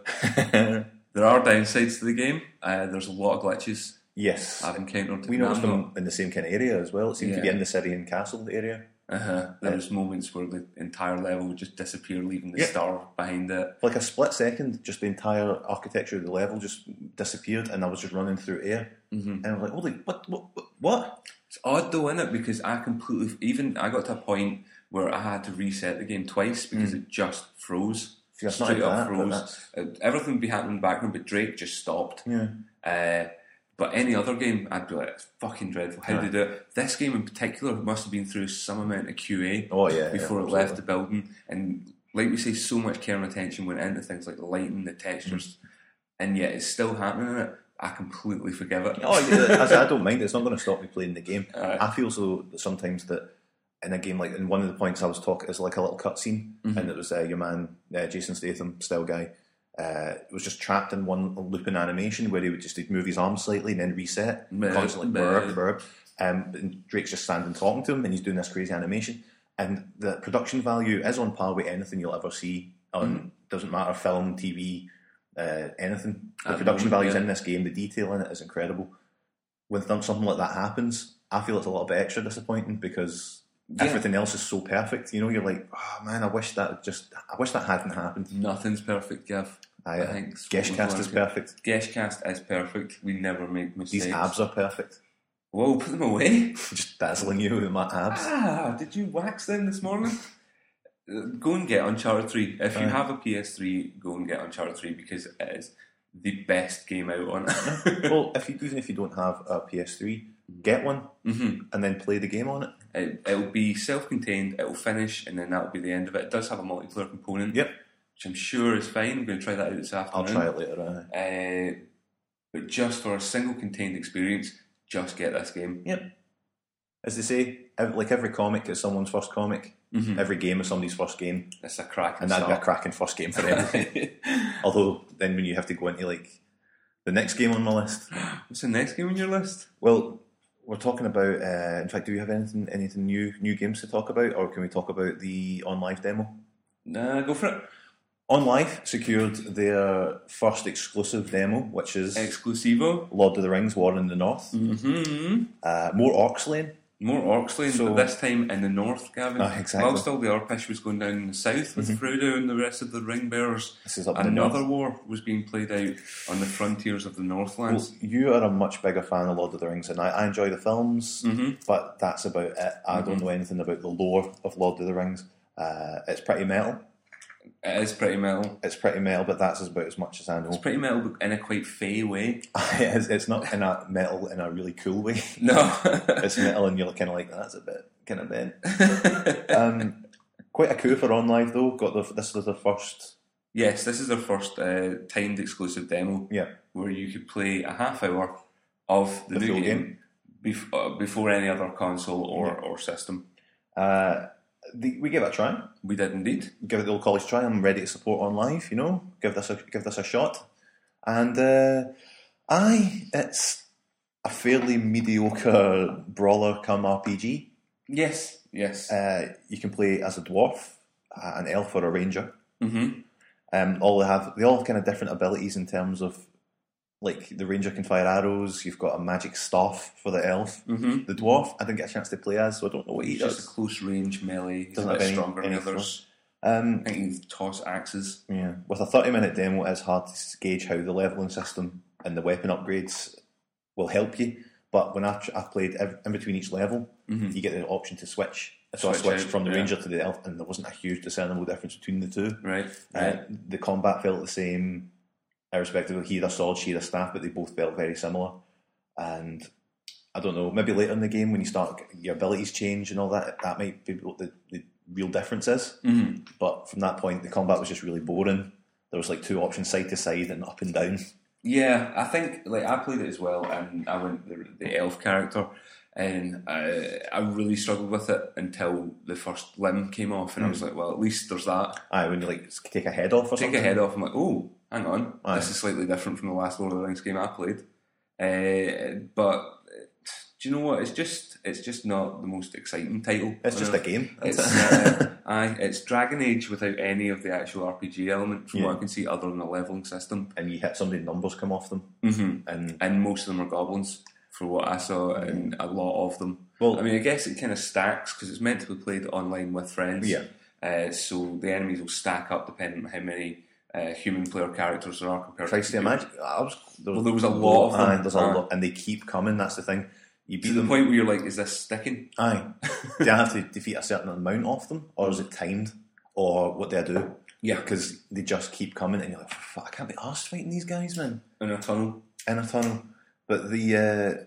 [SPEAKER 2] there are downsides to the game. Uh, there's a lot of glitches
[SPEAKER 1] yes,
[SPEAKER 2] I've encountered.
[SPEAKER 1] We
[SPEAKER 2] and
[SPEAKER 1] noticed
[SPEAKER 2] I'm
[SPEAKER 1] them in the same kind of area as well. It seemed to be
[SPEAKER 2] Yeah.
[SPEAKER 1] in the Syrian castle area.
[SPEAKER 2] not- Uh-huh. There's moments where the entire level would just disappear, leaving the
[SPEAKER 1] Yeah.
[SPEAKER 2] star behind it.
[SPEAKER 1] For like a split second, just the entire architecture of the level just disappeared, and I was just running through air. Mm-hmm. And I was like, "Holy, what, what, what?"
[SPEAKER 2] It's odd though, isn't it? Because I completely even I got to a point where I had to reset the game twice because
[SPEAKER 1] Mm.
[SPEAKER 2] it just froze.
[SPEAKER 1] See, that's not
[SPEAKER 2] Straight
[SPEAKER 1] like
[SPEAKER 2] up
[SPEAKER 1] that, but
[SPEAKER 2] froze.
[SPEAKER 1] that's-
[SPEAKER 2] Uh, everything would be happening in the background, but Drake just stopped.
[SPEAKER 1] Yeah.
[SPEAKER 2] Uh, but any other game, I'd be like, it's fucking dreadful. How did it? This game in particular must have been through some amount of QA
[SPEAKER 1] Oh, yeah, yeah,
[SPEAKER 2] before it left the building. And like we say, so much care and attention went into things like the lighting, the textures,
[SPEAKER 1] Mm.
[SPEAKER 2] and yet it's still happening. In it, I completely forgive it.
[SPEAKER 1] Oh, yeah, I, said, I don't mind. it. It's not going to stop me playing the game. I feel so that sometimes that in a game like, and one of the points I was talking is like a little cutscene,
[SPEAKER 2] Mm-hmm.
[SPEAKER 1] and it was uh, your man uh, Jason Statham, still guy, uh, was just trapped in one looping animation where he would just he'd move his arm slightly and then reset,
[SPEAKER 2] Meh,
[SPEAKER 1] constantly
[SPEAKER 2] meh.
[SPEAKER 1] burp burp. Um, and Drake's just standing talking to him, and he's doing this crazy animation. And the production value is on par with anything you'll ever see on
[SPEAKER 2] Mm-hmm.
[SPEAKER 1] doesn't matter film, TV, uh, anything. The
[SPEAKER 2] At the
[SPEAKER 1] production
[SPEAKER 2] moment,
[SPEAKER 1] values
[SPEAKER 2] yeah.
[SPEAKER 1] in this game, the detail in it is incredible when th- something like that happens, I feel it's a little bit extra disappointing because everything else is so perfect. You know, you're like, oh man, I wish that had just, I wish that hadn't happened.
[SPEAKER 2] Nothing's perfect, Gav.
[SPEAKER 1] I, uh,
[SPEAKER 2] think it's what
[SPEAKER 1] Geshcast
[SPEAKER 2] we're
[SPEAKER 1] is
[SPEAKER 2] going
[SPEAKER 1] perfect.
[SPEAKER 2] to- Geshcast is perfect. We never make mistakes.
[SPEAKER 1] These abs are perfect.
[SPEAKER 2] Whoa, put them away.
[SPEAKER 1] Just dazzling you with my abs.
[SPEAKER 2] Ah, did you wax them this morning? Uh, go and get Uncharted 3. If you have a PS3, go and get Uncharted 3 because it is the best game out on it.
[SPEAKER 1] well, if you, even if you don't have a PS3, get one and then play the game on it.
[SPEAKER 2] Mm-hmm. it. It'll be self contained, it'll finish, and then that'll be the end of it. It does have a multiplayer component,
[SPEAKER 1] Yep,
[SPEAKER 2] which I'm sure is fine. I'm going to try that out this
[SPEAKER 1] I'll
[SPEAKER 2] afternoon.
[SPEAKER 1] try it later. aye.
[SPEAKER 2] Uh, but just for a single contained experience, just get this game.
[SPEAKER 1] Yep. As they say, ev- like every comic is someone's first comic.
[SPEAKER 2] Hmm.
[SPEAKER 1] Every game is somebody's first game,
[SPEAKER 2] It's a cracking
[SPEAKER 1] Mm-hmm. and that'd be a cracking first game for everything. Although then when you have to go into like the next game on my list,
[SPEAKER 2] What's the next game on your list?
[SPEAKER 1] well, we're talking about. Uh, in fact, do you have anything anything new new games to talk about, or can we talk about the on live demo?
[SPEAKER 2] Nah, go for it.
[SPEAKER 1] On live secured their first exclusive demo, which is
[SPEAKER 2] Exclusivo.
[SPEAKER 1] Lord of the Rings: War in the North.
[SPEAKER 2] hmm
[SPEAKER 1] Uh, more Orcs Lane.
[SPEAKER 2] More Orksley,
[SPEAKER 1] So-
[SPEAKER 2] but this time in the north, Gavin.
[SPEAKER 1] Ah, exactly. Mm-hmm.
[SPEAKER 2] Whilst all the Orpish was going down in the south with Frodo and the rest of the ring bearers,
[SPEAKER 1] This is up in the
[SPEAKER 2] another war was being played out on the frontiers of the Northlands.
[SPEAKER 1] You are a much bigger fan of Lord of the Rings than I. I enjoy the films, but that's about it. I don't know anything about the lore of Lord of the Rings. Uh, it's pretty metal.
[SPEAKER 2] it is pretty metal.
[SPEAKER 1] It's pretty metal, but that's about as much as I know.
[SPEAKER 2] It's pretty metal but in a quite fey way.
[SPEAKER 1] it's, it's not in a metal in a really cool way.
[SPEAKER 2] No.
[SPEAKER 1] It's metal, and you're kind of like that's a bit kind of bent. um, quite a coup for on live though. Got the this was the first.
[SPEAKER 2] yes, this is their first uh, timed exclusive demo
[SPEAKER 1] Yeah,
[SPEAKER 2] where you could play a half hour of the,
[SPEAKER 1] The
[SPEAKER 2] new
[SPEAKER 1] full
[SPEAKER 2] game, bef- uh, before any other console or, or system.
[SPEAKER 1] uh, the, we give it a try.
[SPEAKER 2] We did indeed.
[SPEAKER 1] Give it the old college try. I'm ready to support on live. You know, give this a give this a shot. And uh, aye, it's a fairly mediocre brawler come RPG.
[SPEAKER 2] Yes, yes.
[SPEAKER 1] Uh, you can play as a dwarf, uh, an elf, or a ranger.
[SPEAKER 2] mm-hmm.
[SPEAKER 1] Um, all they have, they all have kind of different abilities in terms of, like the ranger can fire arrows. You've got a magic staff for the elf.
[SPEAKER 2] Mm-hmm.
[SPEAKER 1] The dwarf, I didn't get a chance to play as, so I don't know what he
[SPEAKER 2] He's just a
[SPEAKER 1] does.
[SPEAKER 2] close range melee. He's
[SPEAKER 1] Doesn't
[SPEAKER 2] a
[SPEAKER 1] have
[SPEAKER 2] bit
[SPEAKER 1] any-
[SPEAKER 2] stronger
[SPEAKER 1] any
[SPEAKER 2] than the others.
[SPEAKER 1] Um,
[SPEAKER 2] I think he can toss axes.
[SPEAKER 1] Yeah, with a 30 minute demo, it's hard to gauge how the leveling system and the weapon upgrades will help you. But when I, I played ev- in between each level,
[SPEAKER 2] Mhm.
[SPEAKER 1] you get the option to switch. So I
[SPEAKER 2] Switch
[SPEAKER 1] switched
[SPEAKER 2] out,
[SPEAKER 1] from the
[SPEAKER 2] yeah.
[SPEAKER 1] ranger to the elf, and there wasn't a huge discernible difference between the two.
[SPEAKER 2] Right.
[SPEAKER 1] Uh, the combat felt the same, irrespective of he had a sword, she had a staff, but they both felt very similar. And I don't know, maybe later in the game when you start your abilities change and all that, that might be what the, the real difference is.
[SPEAKER 2] Mhm.
[SPEAKER 1] But from that point, the combat was just really boring. There was like two options, side to side and up and down.
[SPEAKER 2] Yeah, I think like I played it as well, and I went the, the elf character, and I, I really struggled with it until the first limb came off, and I was like, Mm. well, at least there's that.
[SPEAKER 1] Aye, when you like take a head off or
[SPEAKER 2] Take
[SPEAKER 1] something.
[SPEAKER 2] a head off. I'm like, oh, hang on,
[SPEAKER 1] Aye.
[SPEAKER 2] this is slightly different from the last Lord of the Rings game I played. Uh, but uh, do you know what? It's just it's just not the most exciting title.
[SPEAKER 1] It's just
[SPEAKER 2] Uh,
[SPEAKER 1] a game.
[SPEAKER 2] It's,
[SPEAKER 1] That's it.
[SPEAKER 2] uh, aye, it's Dragon Age without any of the actual RPG element, from what I can see, other than a leveling system.
[SPEAKER 1] and you hit somebody, numbers come off them.
[SPEAKER 2] Mm-hmm.
[SPEAKER 1] And
[SPEAKER 2] and most of them are goblins for what I saw, and a lot of them.
[SPEAKER 1] Well-
[SPEAKER 2] I mean, I guess it kind of stacks because it's meant to be played online with friends.
[SPEAKER 1] Yeah.
[SPEAKER 2] Uh, so the enemies will stack up depending on how many uh, human player characters there are compared.
[SPEAKER 1] Christ,
[SPEAKER 2] to
[SPEAKER 1] imagine. I was, there
[SPEAKER 2] Well, there was a lot of them.
[SPEAKER 1] Aye, there's a
[SPEAKER 2] Aye.
[SPEAKER 1] lot, and they keep coming. That's the thing. You beat
[SPEAKER 2] to the
[SPEAKER 1] them.
[SPEAKER 2] point where you're like, is this sticking?
[SPEAKER 1] Aye. do you have to defeat a certain amount of them, or is it timed, or what do I do?
[SPEAKER 2] Yeah.
[SPEAKER 1] Because they just keep coming, and you're like, fuck, I can't be arsed fighting these guys, man.
[SPEAKER 2] In a tunnel.
[SPEAKER 1] in a tunnel. But the uh,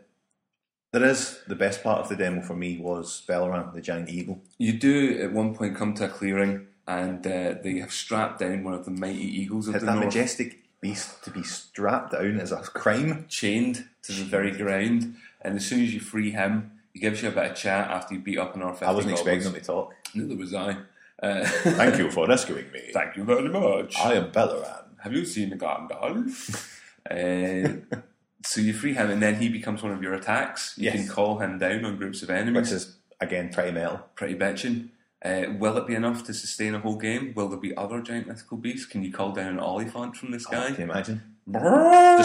[SPEAKER 1] there is the best part of the demo for me was Belleran, the giant eagle.
[SPEAKER 2] You do at one point come to a clearing, and uh, they have strapped down one of the mighty eagles of
[SPEAKER 1] It's
[SPEAKER 2] the
[SPEAKER 1] that
[SPEAKER 2] north.
[SPEAKER 1] majestic beast to be strapped down is a crime.
[SPEAKER 2] chained to the very ground, and as soon as you free him, he gives you a bit of chat after you beat up an R50
[SPEAKER 1] I wasn't
[SPEAKER 2] goblins.
[SPEAKER 1] expecting them to talk.
[SPEAKER 2] Neither was I. Uh,
[SPEAKER 1] Thank you for rescuing me.
[SPEAKER 2] thank you very much.
[SPEAKER 1] I am Belleran.
[SPEAKER 2] Have you seen Gandalf? uh, so you free him, and then he becomes one of your attacks. You
[SPEAKER 1] Yes.
[SPEAKER 2] can call him down on groups of
[SPEAKER 1] Which
[SPEAKER 2] enemies.
[SPEAKER 1] is again pretty metal.
[SPEAKER 2] Pretty bitching. Uh, will it be enough to sustain a whole game? Will there be other giant mythical beasts? Can you call down an olifant from the
[SPEAKER 1] Can you
[SPEAKER 2] sky?
[SPEAKER 1] imagine? Just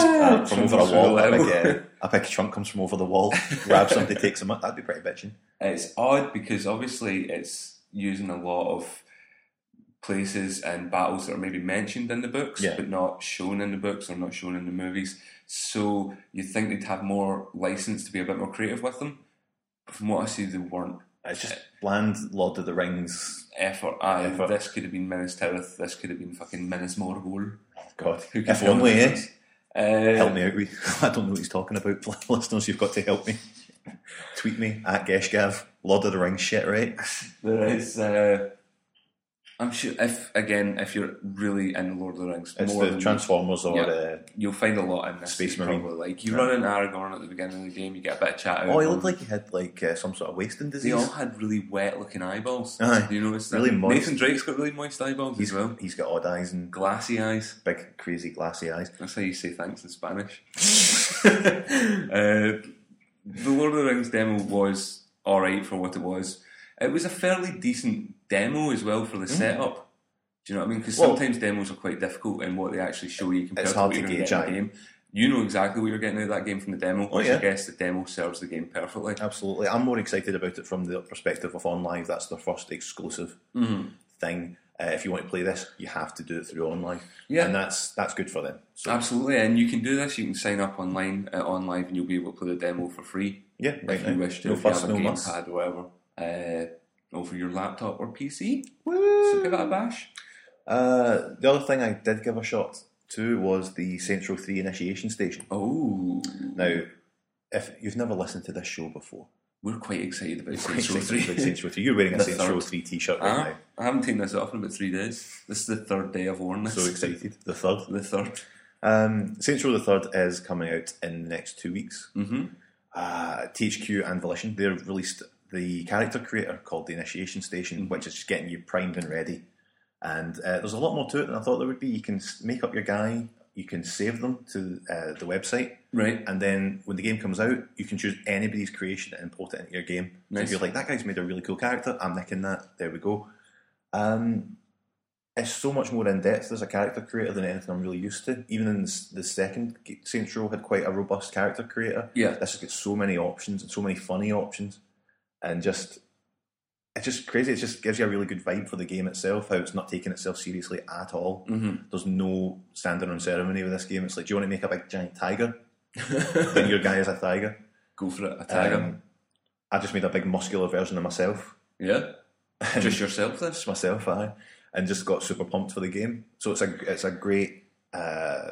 [SPEAKER 1] uh,
[SPEAKER 2] Just
[SPEAKER 1] from over a wall, a big, uh, a big trunk comes from over the wall, grabs somebody, takes them up. That'd be pretty bitching.
[SPEAKER 2] it's odd because obviously it's using a lot of places and battles that are maybe mentioned in the books
[SPEAKER 1] Yeah.
[SPEAKER 2] but not shown in the books or not shown in the movies. So you'd think they'd have more license to be a bit more creative with them. But from what I see, they weren't
[SPEAKER 1] It's just bland Lord of the Rings.
[SPEAKER 2] effort. Aye,
[SPEAKER 1] Effort.
[SPEAKER 2] this could have been Minas Tirith, this could have been fucking Minas Morgul.
[SPEAKER 1] God,
[SPEAKER 2] Oh, Who can
[SPEAKER 1] if
[SPEAKER 2] tell
[SPEAKER 1] only,
[SPEAKER 2] the
[SPEAKER 1] eh?
[SPEAKER 2] difference? Uh,
[SPEAKER 1] Help me out. We, I don't know what he's talking about. Listeners, you've got to help me. Tweet me at Geshgav. Lord of the Rings shit, right?
[SPEAKER 2] There is. Uh, I'm sure if again if you're really in Lord of the Rings,
[SPEAKER 1] It's
[SPEAKER 2] more
[SPEAKER 1] the
[SPEAKER 2] than
[SPEAKER 1] Transformers or.
[SPEAKER 2] Yeah.
[SPEAKER 1] Uh,
[SPEAKER 2] you'll find a lot in this.
[SPEAKER 1] Space
[SPEAKER 2] that you
[SPEAKER 1] Marine.
[SPEAKER 2] Probably like you run into Aragorn at the beginning of the game, you get a bit of chat. out
[SPEAKER 1] oh, he
[SPEAKER 2] of
[SPEAKER 1] looked
[SPEAKER 2] them.
[SPEAKER 1] like he had like uh, some sort of wasting
[SPEAKER 2] they
[SPEAKER 1] disease.
[SPEAKER 2] all had really wet looking eyeballs.
[SPEAKER 1] Aye.
[SPEAKER 2] Do you notice that?
[SPEAKER 1] Really moist.
[SPEAKER 2] Nathan Drake's got really moist eyeballs
[SPEAKER 1] He's-
[SPEAKER 2] as well.
[SPEAKER 1] he's got odd eyes and
[SPEAKER 2] Glassy eyes.
[SPEAKER 1] big, crazy, glassy eyes.
[SPEAKER 2] That's how you say thanks in Spanish. uh, the Lord of the Rings demo was all right for what it was. It was a fairly decent demo as well for the setup. Do you know what I mean? Because
[SPEAKER 1] Mm. Well-
[SPEAKER 2] sometimes demos are quite difficult in what they actually show you compared
[SPEAKER 1] It's
[SPEAKER 2] to
[SPEAKER 1] hard
[SPEAKER 2] what
[SPEAKER 1] to
[SPEAKER 2] you're going to
[SPEAKER 1] gauge,
[SPEAKER 2] get in the
[SPEAKER 1] aye.
[SPEAKER 2] game. You know exactly what you're getting out of that game from the demo.
[SPEAKER 1] Oh,
[SPEAKER 2] which I
[SPEAKER 1] yeah.
[SPEAKER 2] guess the demo serves the game perfectly.
[SPEAKER 1] Absolutely. I'm more excited about it from the perspective of OnLive. That's their first exclusive
[SPEAKER 2] Mm-hmm.
[SPEAKER 1] thing. Uh, if you want to play this, you have to do it through OnLive.
[SPEAKER 2] Yeah.
[SPEAKER 1] And that's that's good for them. So,
[SPEAKER 2] Absolutely, and you can do this. You can sign up online at OnLive, and you'll be able to play the demo for free.
[SPEAKER 1] yeah, right
[SPEAKER 2] if
[SPEAKER 1] now.
[SPEAKER 2] you wish to,
[SPEAKER 1] no
[SPEAKER 2] if you
[SPEAKER 1] fuss,
[SPEAKER 2] have a
[SPEAKER 1] no muss.
[SPEAKER 2] gamepad or whatever, uh, over your laptop or PC. So give it a bash.
[SPEAKER 1] Uh, the other thing I did give a shot to was the Central 3 initiation station.
[SPEAKER 2] Oh,
[SPEAKER 1] Now, if you've never listened to this show before,
[SPEAKER 2] we're quite excited about Saints
[SPEAKER 1] Central
[SPEAKER 2] Row
[SPEAKER 1] 3.
[SPEAKER 2] Three.
[SPEAKER 1] Central 3 you're wearing a
[SPEAKER 2] The
[SPEAKER 1] Central
[SPEAKER 2] third.
[SPEAKER 1] 3 t shirt right
[SPEAKER 2] Ah,
[SPEAKER 1] now.
[SPEAKER 2] I haven't taken this off in about three days. This is the third day I've worn this.
[SPEAKER 1] So excited. The third.
[SPEAKER 2] The third.
[SPEAKER 1] Um, Saints Row the Third is coming out in the next two weeks.
[SPEAKER 2] Mhm.
[SPEAKER 1] Uh, THQ and Volition, they released the character creator called the Initiation Station, which is just getting you primed and ready. And uh, there's a lot more to it than I thought there would be. You can s- make up your guy, you can save them to uh, the website,
[SPEAKER 2] Right.
[SPEAKER 1] and then when the game comes out, you can choose anybody's creation and import it into your game. So
[SPEAKER 2] Nice.
[SPEAKER 1] if you're like, that guy's made a really cool character, I'm nicking that. There we go. Um, it's so much more in depth as a character creator than anything I'm really used to. Even in s- the second G- Saints Row had quite a robust character creator.
[SPEAKER 2] Yeah.
[SPEAKER 1] this has got so many options and so many funny options, and just it's just crazy. It just gives you a really good vibe for the game itself. How it's not taking itself seriously at all.
[SPEAKER 2] Mm-hmm. Mm.
[SPEAKER 1] There's no standing on ceremony with this game. It's like, do you want to make a big giant tiger? then your guy is a tiger.
[SPEAKER 2] Go for it. A tiger.
[SPEAKER 1] Um, I just made a big muscular version of myself.
[SPEAKER 2] yeah.
[SPEAKER 1] um,
[SPEAKER 2] Just yourself then.
[SPEAKER 1] Just myself, I, and just got super pumped for the game. So it's a it's a great uh,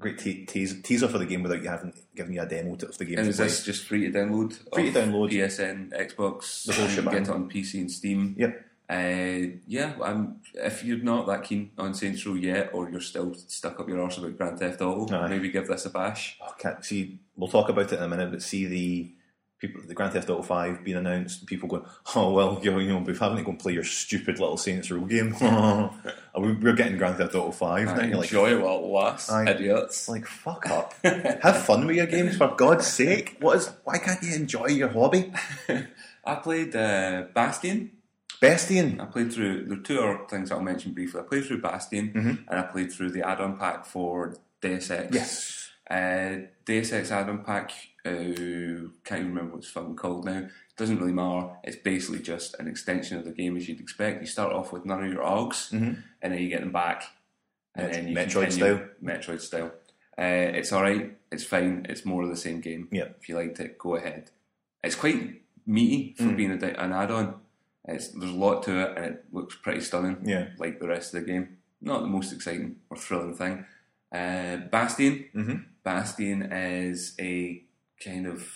[SPEAKER 1] great te- teas- teaser for the game without you having given you a demo to, of the game.
[SPEAKER 2] And
[SPEAKER 1] to
[SPEAKER 2] is
[SPEAKER 1] play.
[SPEAKER 2] this just free to download?
[SPEAKER 1] Free to
[SPEAKER 2] off
[SPEAKER 1] download.
[SPEAKER 2] PSN, Xbox.
[SPEAKER 1] The whole
[SPEAKER 2] you can
[SPEAKER 1] shebang.
[SPEAKER 2] Get it on PC and Steam.
[SPEAKER 1] Yep.
[SPEAKER 2] Uh, yeah, I'm, if you're not that keen on Saints Row yet, or you're still stuck up your arse about Grand Theft Auto,
[SPEAKER 1] Aye.
[SPEAKER 2] maybe give this a bash.
[SPEAKER 1] Oh, can't see. We'll talk about it in a minute, but see the people, the Grand Theft Auto Five being announced, and people going, "Oh well, you know, we're having to go and play your stupid little Saints Row game." And we- we're getting Grand Theft Auto Five. now. You're like,
[SPEAKER 2] enjoy it while it lasts,
[SPEAKER 1] Aye.
[SPEAKER 2] idiots.
[SPEAKER 1] It's like fuck up. Have fun with your games for God's sake. What is? Why can't you enjoy your hobby?
[SPEAKER 2] I played uh, Bastion.
[SPEAKER 1] Bestian.
[SPEAKER 2] I played through there are two other things I'll mention briefly. I played through Bastion, and I played through the add-on pack for Deus Ex.
[SPEAKER 1] Mm-hmm. Yes.
[SPEAKER 2] Uh, Deus Ex add-on pack. Uh, can't even remember what it's fucking called now. Doesn't really matter. It's basically just an extension of the game as you'd expect. You start off with none of your orgs, and then you get them back, and
[SPEAKER 1] Met-
[SPEAKER 2] then you
[SPEAKER 1] Mm-hmm. Metroid
[SPEAKER 2] continue-
[SPEAKER 1] style.
[SPEAKER 2] Metroid style. Uh, it's all right. It's fine. It's more of the same game.
[SPEAKER 1] Yeah.
[SPEAKER 2] If you liked it, go ahead. It's quite meaty
[SPEAKER 1] Mm.
[SPEAKER 2] for being a, di- an add-on. It's, there's a lot to it, and it looks pretty stunning.
[SPEAKER 1] Yeah.
[SPEAKER 2] Like the rest of the game, not the most exciting or thrilling thing. Uh, Bastion.
[SPEAKER 1] Mhm.
[SPEAKER 2] Bastion is a kind of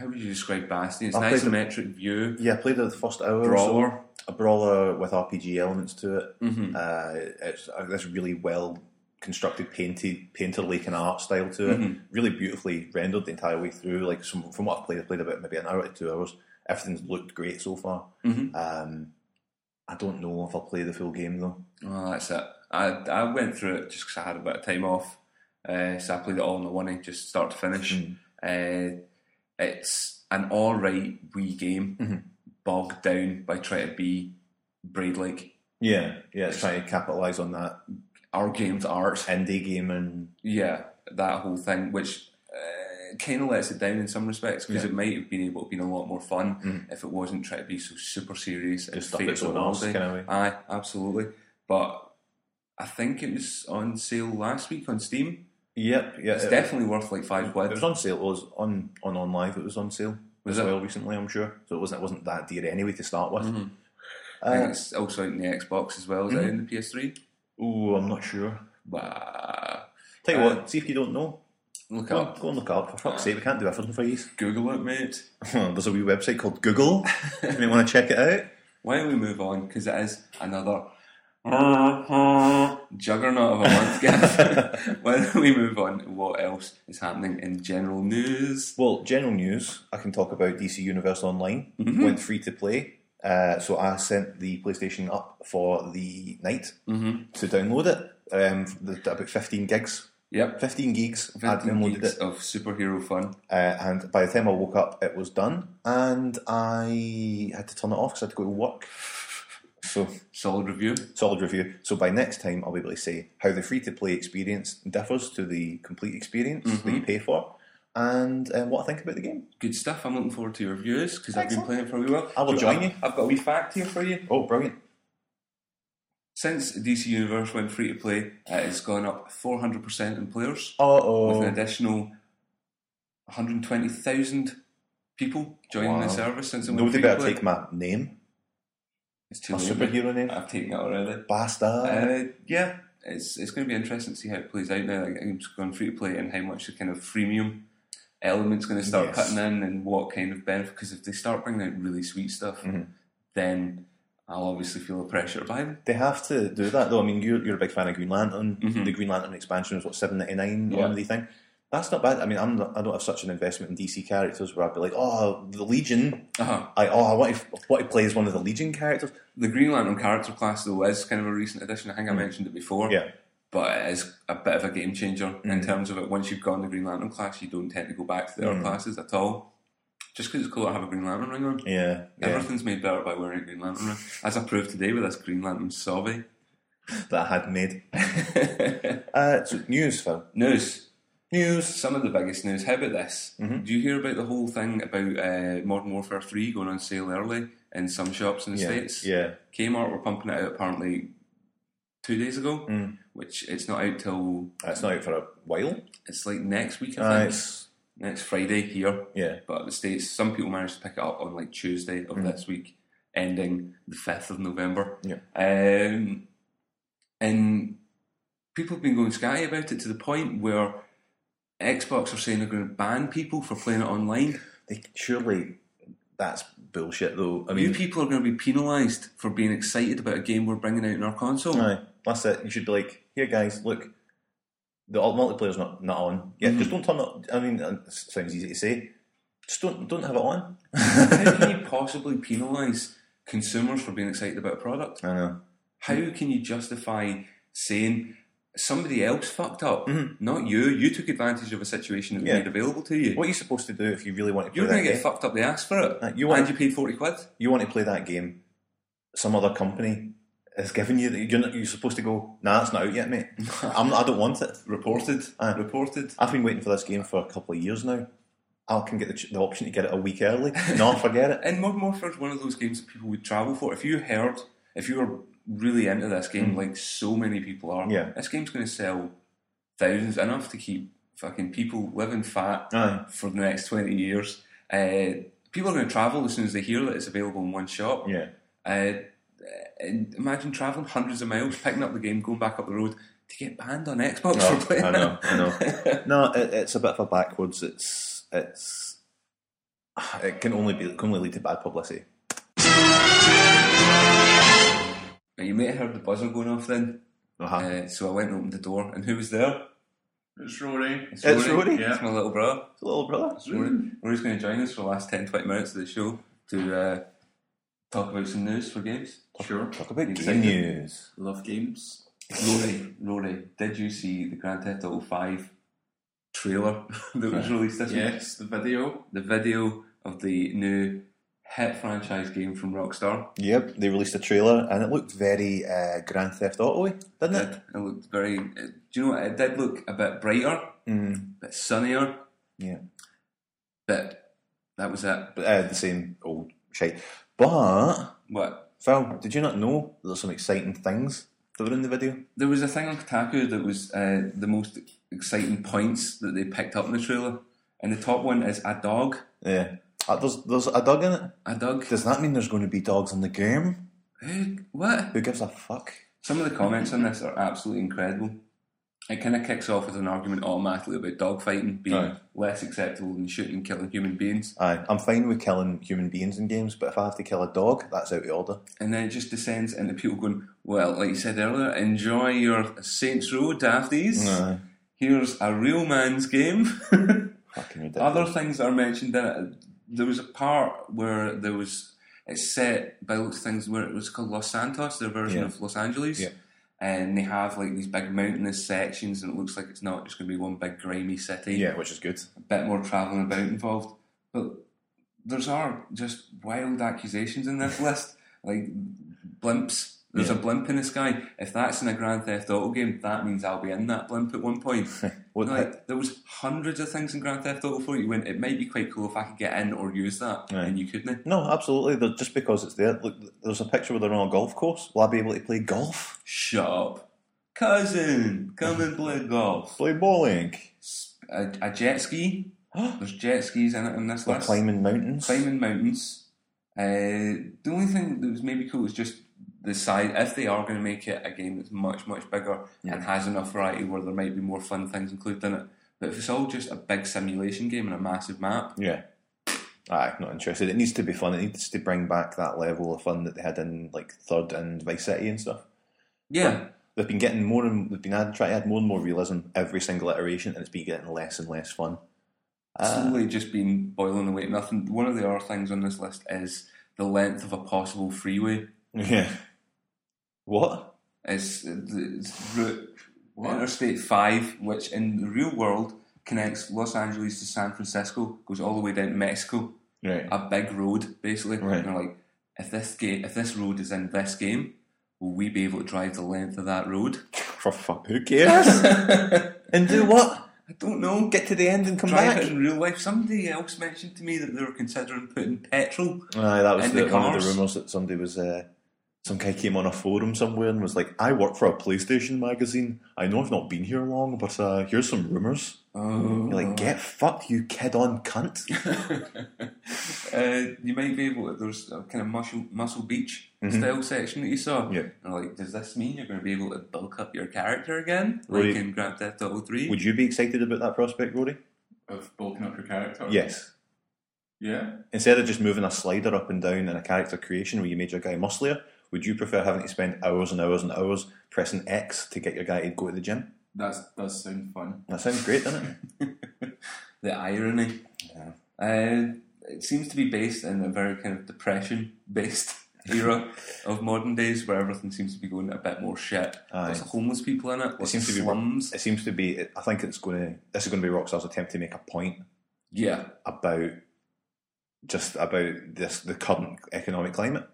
[SPEAKER 2] how would you describe Bastion? It's
[SPEAKER 1] I've
[SPEAKER 2] an
[SPEAKER 1] played the-
[SPEAKER 2] isometric view
[SPEAKER 1] Yeah, I played the first hour. or so.
[SPEAKER 2] brawler.
[SPEAKER 1] a brawler with RPG elements to it.
[SPEAKER 2] Mhm.
[SPEAKER 1] Uh, it's uh, this really well constructed, painted, painterly kind of art style to it.
[SPEAKER 2] Mm-hmm.
[SPEAKER 1] Really beautifully rendered the entire way through. Like some, from what I've played, I played about maybe an hour to two hours. Everything's looked great so far.
[SPEAKER 2] Mhm.
[SPEAKER 1] Um, I don't know if I'll play the full game though.
[SPEAKER 2] Well, that's it. I, I went through it just because I had a bit of time off. Uh, so I played it all in the one, just start to finish.
[SPEAKER 1] Mm.
[SPEAKER 2] Uh, it's an alright Wii game, bogged down by trying to be Braid like.
[SPEAKER 1] Yeah, yeah, it's trying to capitalise on that
[SPEAKER 2] Our game's art.
[SPEAKER 1] indie game and
[SPEAKER 2] Yeah, that whole thing, which uh, kind of lets it down in some respects because it might have been able to be a lot more fun if it wasn't trying to be so super serious and
[SPEAKER 1] Mm. Just stuff
[SPEAKER 2] fake
[SPEAKER 1] its own arse
[SPEAKER 2] novelty.
[SPEAKER 1] kinda way.
[SPEAKER 2] Aye, absolutely. But I think it was on sale last week on Steam.
[SPEAKER 1] yep, yeah.
[SPEAKER 2] It's
[SPEAKER 1] it-
[SPEAKER 2] definitely worth like five
[SPEAKER 1] It
[SPEAKER 2] quid.
[SPEAKER 1] was on sale. It was on on on live. It was on sale
[SPEAKER 2] Was
[SPEAKER 1] as
[SPEAKER 2] it?
[SPEAKER 1] well recently. I'm sure. So it wasn't it wasn't that dear anyway to start with.
[SPEAKER 2] Mm-hmm. I
[SPEAKER 1] Uh,
[SPEAKER 2] think it's also out in the Xbox as well. Is it
[SPEAKER 1] mm-hmm.
[SPEAKER 2] out in the PS3?
[SPEAKER 1] Ooh, I'm not sure.
[SPEAKER 2] Wow.
[SPEAKER 1] Tell you
[SPEAKER 2] Uh,
[SPEAKER 1] what, see if you don't know.
[SPEAKER 2] Look
[SPEAKER 1] Go,
[SPEAKER 2] up.
[SPEAKER 1] on, go and look up. For fuck's sake, we can't do everything for you.
[SPEAKER 2] Google it, mate.
[SPEAKER 1] There's a wee website called Google. you may want to check it out.
[SPEAKER 2] Why don't we move on? Because it is another juggernaut of a month, Gav. Why don't we move on to what else is happening in general news?
[SPEAKER 1] Well, general news. I can talk about DC Universe Online. Went free to play. Uh, so I sent the PlayStation up for the night to download it. Um, the, about 15 gigs.
[SPEAKER 2] Yep.
[SPEAKER 1] 15 gigs. I'd
[SPEAKER 2] 15
[SPEAKER 1] downloaded
[SPEAKER 2] weeks
[SPEAKER 1] it.
[SPEAKER 2] of superhero fun.
[SPEAKER 1] Uh, and by the time I woke up, it was done. And I had to turn it off because I had to go to work. So
[SPEAKER 2] Solid review.
[SPEAKER 1] solid review. So by next time, I'll be able to say how the free to play experience differs to the complete experience that you pay for, and um, what I think about the game.
[SPEAKER 2] Good stuff. I'm looking forward to your reviews because I've been
[SPEAKER 1] Excellent.
[SPEAKER 2] playing it for a wee while.
[SPEAKER 1] I will
[SPEAKER 2] Do
[SPEAKER 1] join
[SPEAKER 2] I've,
[SPEAKER 1] you.
[SPEAKER 2] I've got a wee fact here for you.
[SPEAKER 1] Oh, brilliant!
[SPEAKER 2] Since DC Universe went free to play, uh, it's gone up 400% in players
[SPEAKER 1] Uh
[SPEAKER 2] with an
[SPEAKER 1] oh,
[SPEAKER 2] additional 120,000 people joining
[SPEAKER 1] Wow.
[SPEAKER 2] the service since it went
[SPEAKER 1] nobody
[SPEAKER 2] free to
[SPEAKER 1] better
[SPEAKER 2] play.
[SPEAKER 1] take my name,
[SPEAKER 2] It's too
[SPEAKER 1] my
[SPEAKER 2] late.
[SPEAKER 1] superhero Oh, name,
[SPEAKER 2] I've taken it already.
[SPEAKER 1] bastard.
[SPEAKER 2] Uh, yeah, it's it's going to be interesting to see how it plays out now. Like, it's going free to play and how much the kind of freemium element's going to start
[SPEAKER 1] Yes.
[SPEAKER 2] cutting in and what kind of benefit. Because if they start bringing out really sweet stuff,
[SPEAKER 1] Mm-hmm.
[SPEAKER 2] then I'll obviously feel the pressure to buy them.
[SPEAKER 1] They have to do that though. I mean, you're, you're a big fan of Green Lantern. The Green Lantern expansion was what seven ninety nine or
[SPEAKER 2] Yeah.
[SPEAKER 1] anything. That's not bad. I mean, I'm not, I don't have such an investment in DC characters where I'd be like, oh, the Legion.
[SPEAKER 2] Uh-huh.
[SPEAKER 1] I oh, I want to, what he plays one of the Legion characters.
[SPEAKER 2] The Green Lantern character class, though, is kind of a recent addition. I think I mentioned it before.
[SPEAKER 1] Mm-hmm. Yeah. Mm-hmm.
[SPEAKER 2] But it is a bit of a game changer in terms of it. Once you've gone the Green Lantern class, you don't tend to go back to the
[SPEAKER 1] Mm-hmm.
[SPEAKER 2] other classes at all. Just because it's cool to have a Green Lantern ring on.
[SPEAKER 1] Yeah, yeah. Mm.
[SPEAKER 2] Everything's made better by wearing a Green Lantern ring. As I proved today with this Green Lantern sobby.
[SPEAKER 1] that I had made. uh, so news, Phil.
[SPEAKER 2] News.
[SPEAKER 1] News.
[SPEAKER 2] Some of the biggest news. How about this?
[SPEAKER 1] Mm-hmm.
[SPEAKER 2] Do you hear about the whole thing about uh, Modern Warfare 3 going on sale early in some shops in the
[SPEAKER 1] Yeah.
[SPEAKER 2] States?
[SPEAKER 1] Yeah.
[SPEAKER 2] Kmart were pumping it out apparently two days ago,
[SPEAKER 1] Mm.
[SPEAKER 2] which it's not out till
[SPEAKER 1] That's not out for a while.
[SPEAKER 2] it's like next week, I
[SPEAKER 1] Uh,
[SPEAKER 2] think.
[SPEAKER 1] it's,
[SPEAKER 2] next Friday here.
[SPEAKER 1] yeah.
[SPEAKER 2] But the States, some people managed to pick it up on like Tuesday of this week, ending the 5th of November.
[SPEAKER 1] Mm. Yeah.
[SPEAKER 2] Um, and people have been going sky about it to the point where Xbox are saying they're going to ban people for playing it online.
[SPEAKER 1] They, surely that's bullshit, though. I mean,
[SPEAKER 2] you people are going to be penalised for being excited about a game we're bringing out in our console.
[SPEAKER 1] Aye, that's it. You should be like, here, guys, look, the alt- multiplayer's not, not on. Yeah,
[SPEAKER 2] Mm-hmm.
[SPEAKER 1] just don't turn it. I mean, uh, it sounds easy to say. Just don't don't have it on.
[SPEAKER 2] How can you possibly penalise consumers for being excited about a product?
[SPEAKER 1] I know. Mm.
[SPEAKER 2] How can you justify saying somebody else fucked up, not you? You took advantage of a situation that was
[SPEAKER 1] Mm. Yeah.
[SPEAKER 2] made available to you.
[SPEAKER 1] What are you supposed to do if you really want to play
[SPEAKER 2] You're
[SPEAKER 1] that
[SPEAKER 2] going to get
[SPEAKER 1] game?
[SPEAKER 2] fucked up the ass for it,
[SPEAKER 1] Uh, you want-
[SPEAKER 2] and you paid forty quid.
[SPEAKER 1] you want to play that game? Some other company has given you. You're not, you're supposed to go. Nah, it's not out yet, mate. I'm not, I don't want it.
[SPEAKER 2] Reported,
[SPEAKER 1] Aye.
[SPEAKER 2] reported.
[SPEAKER 1] I've been waiting for this game for a couple of years now. I can get the, ch- the option to get it a week early. no, forget it.
[SPEAKER 2] And Modern Warfare is one of those games that people would travel for. If you heard, if you were really into this game, like so many people are,
[SPEAKER 1] Mm. Yeah.
[SPEAKER 2] this game's going to sell thousands enough to keep fucking people living fat
[SPEAKER 1] Aye.
[SPEAKER 2] for the next twenty years. Uh, people are going to travel as soon as they hear that it's available in one shop.
[SPEAKER 1] Yeah.
[SPEAKER 2] Uh, and imagine traveling hundreds of miles, picking up the game, going back up the road to get banned on Xbox
[SPEAKER 1] No,
[SPEAKER 2] for playing
[SPEAKER 1] Oh, I know,
[SPEAKER 2] it.
[SPEAKER 1] I know. no, it, it's a bit of a backwards. It's it's it can only be it can only lead to bad publicity.
[SPEAKER 2] Now, you may have heard the buzzer going off then.
[SPEAKER 1] Uh-huh.
[SPEAKER 2] Uh, so I went and opened the door, and who was there?
[SPEAKER 3] It's Rory. Mm.
[SPEAKER 1] It's Rory.
[SPEAKER 2] It's my little brother.
[SPEAKER 1] It's a little brother.
[SPEAKER 2] It's Rory. Rory's going to join us for the last 10, 20 minutes of the show to uh, talk about some news for games.
[SPEAKER 3] Sure.
[SPEAKER 1] Talk about game
[SPEAKER 2] Excited.
[SPEAKER 1] news.
[SPEAKER 3] Love games.
[SPEAKER 2] Rory, Rory, did you see the Grand Theft Auto 5 trailer that was released this week?
[SPEAKER 3] Yes, the video.
[SPEAKER 2] the video of the new hit franchise game from Rockstar.
[SPEAKER 1] Yep, they released a trailer and it looked very uh, Grand Theft Auto, didn't it?
[SPEAKER 2] It looked very. It, do you know what? It did look a bit brighter,
[SPEAKER 1] Mm.
[SPEAKER 2] a bit sunnier,
[SPEAKER 1] Yeah,
[SPEAKER 2] but that was it.
[SPEAKER 1] but uh, the same old shit. But
[SPEAKER 2] What?
[SPEAKER 1] Phil, did you not know that there's some exciting things that were in the video?
[SPEAKER 2] There was a thing on Kotaku that was uh, the most exciting points that they picked up in the trailer, and the top one is a dog.
[SPEAKER 1] Yeah, uh, there's there's a dog in it.
[SPEAKER 2] A dog.
[SPEAKER 1] Does that mean there's going to be dogs in the game?
[SPEAKER 2] Who? What?
[SPEAKER 1] Who gives a fuck?
[SPEAKER 2] Some of the comments on this are absolutely incredible. It kind of kicks off with an argument automatically about dogfighting being
[SPEAKER 1] Aye.
[SPEAKER 2] less acceptable than shooting and killing human beings.
[SPEAKER 1] Aye, I'm fine with killing human beings in games, but if I have to kill a dog, that's out of order.
[SPEAKER 2] and then it just descends into people going, well, like you said earlier, enjoy your Saints Row dafties.
[SPEAKER 1] Aye.
[SPEAKER 2] Here's a real man's game.
[SPEAKER 1] Fucking ridiculous.
[SPEAKER 2] Other things are mentioned in it. There was a part where there was it's set by looks of things where it was called Los Santos, their version
[SPEAKER 1] Yeah.
[SPEAKER 2] of Los Angeles.
[SPEAKER 1] Yeah.
[SPEAKER 2] And they have like these big mountainous sections, and it looks like it's not just going to be one big grimy city
[SPEAKER 1] yeah, which is good.
[SPEAKER 2] bit more travelling about involved. But there's are just wild accusations in this list, like blimps. There's a blimp in the sky. If that's in a Grand Theft Auto game, that means I'll be in that blimp at one point.
[SPEAKER 1] What-
[SPEAKER 2] like, there was hundreds of things in Grand Theft Auto 4 you went, it might be quite cool if I could get in or use that,
[SPEAKER 1] Aye.
[SPEAKER 2] and you couldn't.
[SPEAKER 1] No, absolutely. There- Just because it's there, look, there's a picture where they're on a golf course. Will I be able to play golf?
[SPEAKER 2] Shut up. Cousin, come and play golf.
[SPEAKER 1] Play bowling?
[SPEAKER 2] A, a jet ski. There's jet skis in it in this
[SPEAKER 1] Or
[SPEAKER 2] list.
[SPEAKER 1] climbing mountains?
[SPEAKER 2] climbing mountains. Uh, the only thing that was maybe cool is just the side. If they are going to make it a game that's much much bigger and has enough variety where there might be more fun things included in it, but if it's all just a big simulation game and a massive map,
[SPEAKER 1] Yeah. Aye, not interested. It needs to be fun. It needs to bring back that level of fun that they had in like third and Vice City and stuff.
[SPEAKER 2] yeah,
[SPEAKER 1] They've been getting more and they've been add, trying to add more and more realism every single iteration, and it's been getting less and less fun. Uh,
[SPEAKER 2] slowly just been boiling away at nothing. One of the other things on this list is the length of a possible freeway.
[SPEAKER 1] yeah. What?
[SPEAKER 2] It's, it's route
[SPEAKER 3] What?
[SPEAKER 2] Interstate 5, which in the real world connects Los Angeles to San Francisco, goes all the way down to Mexico.
[SPEAKER 1] Right.
[SPEAKER 2] A big road, basically.
[SPEAKER 1] Right.
[SPEAKER 2] And they're like, if this, ga- if this road is in this game, will we be able to drive the length of that road?
[SPEAKER 1] For fuck, who cares? and do what?
[SPEAKER 2] I don't know.
[SPEAKER 1] Get to the end and come
[SPEAKER 2] drive
[SPEAKER 1] back.
[SPEAKER 2] it in real life. Somebody else mentioned to me that they were considering putting petrol
[SPEAKER 1] Aye, that was
[SPEAKER 2] And
[SPEAKER 1] the,
[SPEAKER 2] the
[SPEAKER 1] one of the
[SPEAKER 2] cars.
[SPEAKER 1] rumours that somebody was. Uh, some guy came on a forum somewhere and was like, "I work for a PlayStation magazine. I know I've not been here long, but uh, here's some rumours."
[SPEAKER 2] Oh.
[SPEAKER 1] You're like, "Get fucked, you kid on cunt."
[SPEAKER 2] uh, you might be able. There's a kind of muscle muscle beach style section that you saw.
[SPEAKER 1] Mm-hmm. Yeah.
[SPEAKER 2] And I'm like, does this mean you're going to be able to bulk up your character again, like
[SPEAKER 1] Would you-
[SPEAKER 2] in Grand Theft Auto Three?
[SPEAKER 1] Would you be excited about that prospect, Rory?
[SPEAKER 3] Of bulking up your character.
[SPEAKER 1] Yes.
[SPEAKER 3] Yeah.
[SPEAKER 1] Instead of just moving a slider up and down in a character creation where you made your guy musclier, would you prefer having to spend hours and hours and hours pressing X to get your guy to go to the gym?
[SPEAKER 3] That does sound fun.
[SPEAKER 1] That sounds great, doesn't it?
[SPEAKER 2] the irony. Uh, it seems to be based in a very kind of depression based era of modern days where everything seems to be going a bit more shit.
[SPEAKER 1] Aye.
[SPEAKER 2] Lots of homeless people in it. Lots
[SPEAKER 1] seems
[SPEAKER 2] of
[SPEAKER 1] to be-
[SPEAKER 2] slums.
[SPEAKER 1] It seems to be. I think it's going to. This is going to be Rockstar's attempt to make a point
[SPEAKER 2] yeah.
[SPEAKER 1] about just about this the current economic climate,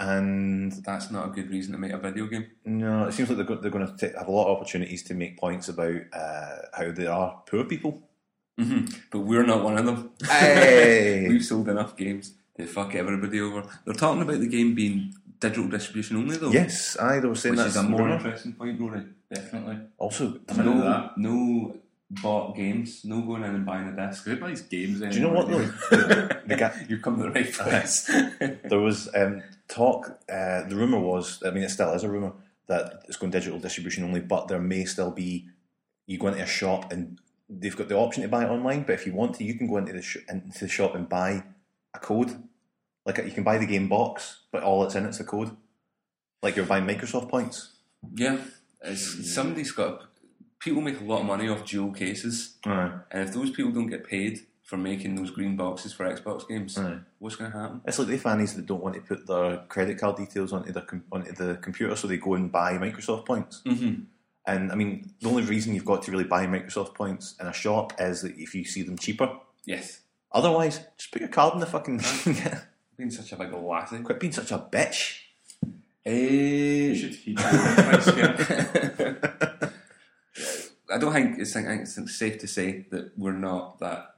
[SPEAKER 1] and
[SPEAKER 2] That's not a good reason to make a video game.
[SPEAKER 1] no, it seems like they're, go- they're going to have a lot of opportunities to make points about uh, how there are poor people.
[SPEAKER 2] hmm But we're not one of them.
[SPEAKER 1] Hey!
[SPEAKER 2] We've sold enough games to fuck everybody over. They're talking about the game being digital distribution only, though.
[SPEAKER 1] Yes, I they were saying
[SPEAKER 2] Which
[SPEAKER 1] that's
[SPEAKER 2] is a more
[SPEAKER 1] rumour.
[SPEAKER 2] interesting point, Rory.
[SPEAKER 3] Definitely.
[SPEAKER 1] Also, I
[SPEAKER 3] I'm into
[SPEAKER 1] mean,
[SPEAKER 2] No,
[SPEAKER 3] that.
[SPEAKER 2] no bought games, no going in and buying a disc.
[SPEAKER 3] Who buys games anymore?
[SPEAKER 1] do you know what though? Uh-huh. the guy,
[SPEAKER 2] You've come to the right place.
[SPEAKER 1] there was um, talk. Uh, the rumor was, I mean, it still is a rumor that it's going digital distribution only, but there may still be. You go into a shop and they've got the option to buy it online, but if you want to, you can go into the sh- into the shop and buy a code. Like you can buy the game box, but all that's in it's the code. Like you're buying Microsoft points.
[SPEAKER 2] yeah, it's, somebody's got. People make a lot of money off dual cases, and if those people don't get paid for making those green boxes for Xbox games,
[SPEAKER 1] Aye.
[SPEAKER 2] what's going to happen?
[SPEAKER 1] It's like the fannies that don't want to put their credit card details onto their com- onto the computer, so they go and buy Microsoft points.
[SPEAKER 2] Mhm.
[SPEAKER 1] And I mean, the only reason you've got to really buy Microsoft points in a shop is that if you see them cheaper.
[SPEAKER 2] Yes,
[SPEAKER 1] Otherwise, just put your card in the fucking.
[SPEAKER 2] being such a big lassie.
[SPEAKER 1] Quit being such a bitch.
[SPEAKER 2] Eh,
[SPEAKER 3] You should heed that advice, yeah.
[SPEAKER 2] I don't think it's, I think it's safe to say that we're not that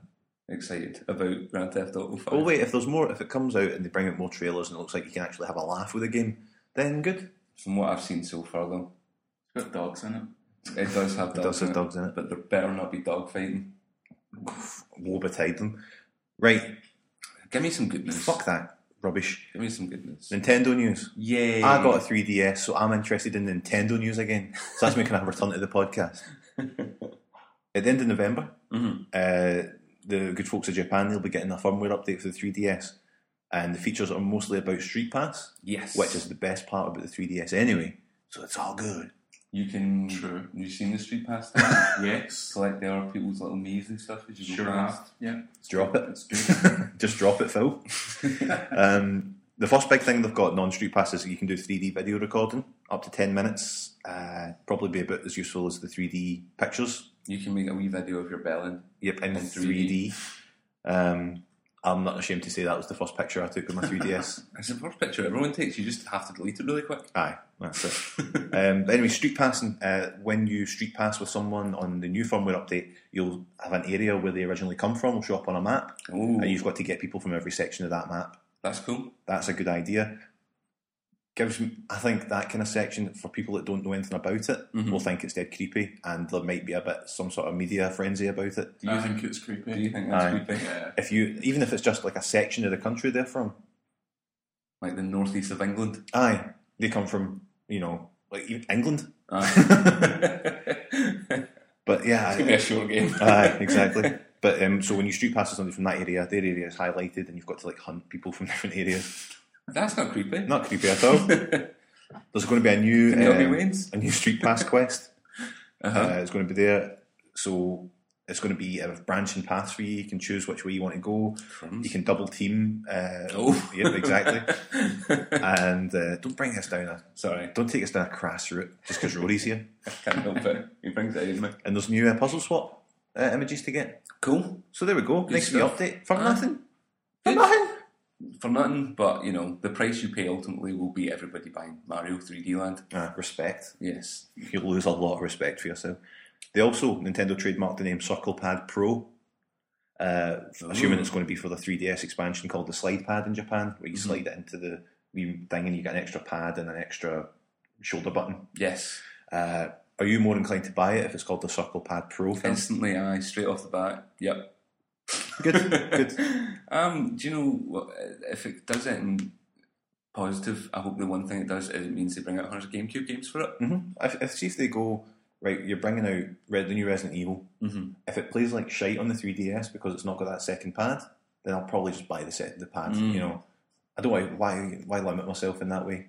[SPEAKER 2] excited about Grand Theft Auto 5.
[SPEAKER 1] Oh wait, if there's more, if it comes out and they bring out more trailers and it looks like you can actually have a laugh with the game, then good.
[SPEAKER 2] From what I've seen so far, though,
[SPEAKER 3] It's got dogs in it.
[SPEAKER 2] it does have dogs,
[SPEAKER 1] It does have
[SPEAKER 2] in it,
[SPEAKER 1] dogs in it.
[SPEAKER 2] but there better not be dog fighting.
[SPEAKER 1] Woe betide them. Right,
[SPEAKER 2] Give me some good news.
[SPEAKER 1] fuck that rubbish.
[SPEAKER 2] Give me some good news.
[SPEAKER 1] Nintendo news.
[SPEAKER 2] Yay!
[SPEAKER 1] I got a 3DS, so I'm interested in Nintendo news again. So that's making a return to the podcast. At the end of November,
[SPEAKER 2] Mhm.
[SPEAKER 1] uh, the good folks of Japan they'll be getting a firmware update for the 3DS, and the features are mostly about Street Pass,
[SPEAKER 2] Yes.
[SPEAKER 1] which is the best part about the 3DS anyway. So it's all good.
[SPEAKER 2] you can.
[SPEAKER 3] True.
[SPEAKER 2] You've seen the street pass thing?
[SPEAKER 3] Yes.
[SPEAKER 2] Collect the other people's little me's and stuff as you go
[SPEAKER 3] Sure
[SPEAKER 2] past.
[SPEAKER 3] enough. Yeah.
[SPEAKER 1] Drop it.
[SPEAKER 3] It's good.
[SPEAKER 1] Just drop it, Phil. um, the first big thing they've got non street pass is that you can do 3D video recording up to 10 minutes. Uh, probably be about as useful as the 3D pictures
[SPEAKER 2] You can make a wee video of your belling.
[SPEAKER 1] Yep, in
[SPEAKER 2] In
[SPEAKER 1] 3D. Um, I'm not ashamed to say that was the first picture I took with my 3DS.
[SPEAKER 2] It's the first picture everyone takes. You just have to delete it really quick.
[SPEAKER 1] Aye, that's it. um, but anyway, street passing. Uh, when you street pass with someone on the new firmware update, you'll have an area where they originally come from will show up on a map,
[SPEAKER 2] Oh,
[SPEAKER 1] and you've got to get people from every section of that map.
[SPEAKER 2] that's cool.
[SPEAKER 1] That's a good idea. Gives, m- I think, that kind of section for people that don't know anything about it
[SPEAKER 2] Mhm.
[SPEAKER 1] will think it's dead creepy, and there might be a bit some sort of media frenzy about it.
[SPEAKER 2] Do you,
[SPEAKER 3] I
[SPEAKER 2] think,
[SPEAKER 3] think it's creepy.
[SPEAKER 2] do you think that's
[SPEAKER 1] Aye.
[SPEAKER 2] good thing?
[SPEAKER 3] Yeah.
[SPEAKER 1] If you, even if it's just like a section of the country they're from,
[SPEAKER 2] Like the northeast of England.
[SPEAKER 1] Aye, they come from you know like even England,
[SPEAKER 2] it's
[SPEAKER 1] but yeah,
[SPEAKER 2] gonna be a short game.
[SPEAKER 1] aye, exactly. But um, so when you street passes somebody from that area, their area is highlighted, and you've got to like hunt people from different areas.
[SPEAKER 2] That's not creepy.
[SPEAKER 1] Not creepy at all. There's going to be a new
[SPEAKER 2] Can you help me,
[SPEAKER 1] um,
[SPEAKER 2] Wayne's?
[SPEAKER 1] a new Street Pass quest.
[SPEAKER 2] Uh-huh.
[SPEAKER 1] Uh, it's going to be there. So it's going to be a branching path for you. You can choose which way you want to go.
[SPEAKER 2] Crumbs.
[SPEAKER 1] You can double team. Uh,
[SPEAKER 2] Oh.
[SPEAKER 1] yeah, exactly. and uh, don't bring us down. A,
[SPEAKER 2] Sorry,
[SPEAKER 1] don't take us down a crass route just because Rory's here.
[SPEAKER 2] can't help it. He brings it out of me.
[SPEAKER 1] And there's new uh, puzzle swap uh, images to get.
[SPEAKER 2] Cool.
[SPEAKER 1] So there we go. Next new
[SPEAKER 2] stuff.
[SPEAKER 1] update for
[SPEAKER 2] Ah.
[SPEAKER 1] nothing. For
[SPEAKER 2] Good.
[SPEAKER 1] nothing.
[SPEAKER 2] For nothing, but you know, the price you pay ultimately will be everybody buying Mario 3D Land.
[SPEAKER 1] Ah, respect.
[SPEAKER 2] Yes.
[SPEAKER 1] You'll lose a lot of respect for yourself. They also Nintendo trademarked the name Circle Pad Pro. Uh, assuming
[SPEAKER 2] Ooh.
[SPEAKER 1] it's going to be for the 3DS expansion called the Slide Pad in Japan, where you
[SPEAKER 2] Mm-hmm.
[SPEAKER 1] slide it into the wee thing and you get an extra pad and an extra shoulder button.
[SPEAKER 2] Yes.
[SPEAKER 1] Uh, are you more inclined to buy it if it's called the Circle Pad Pro? Phil?
[SPEAKER 2] Instantly, aye, straight off the bat. Yep.
[SPEAKER 1] Good, good.
[SPEAKER 2] Um, do you know what- uh, if it does it in positive? I hope the one thing it does is it means they bring out 100 GameCube games for it.
[SPEAKER 1] Mm-hmm. If, if see if they go right, you're bringing out Red, the new Resident Evil.
[SPEAKER 2] Mm-hmm.
[SPEAKER 1] If it plays like shite on the 3DS because it's not got that second pad, then I'll probably just buy the set the pad.
[SPEAKER 2] Mm.
[SPEAKER 1] You know, I don't want why why limit myself in that way.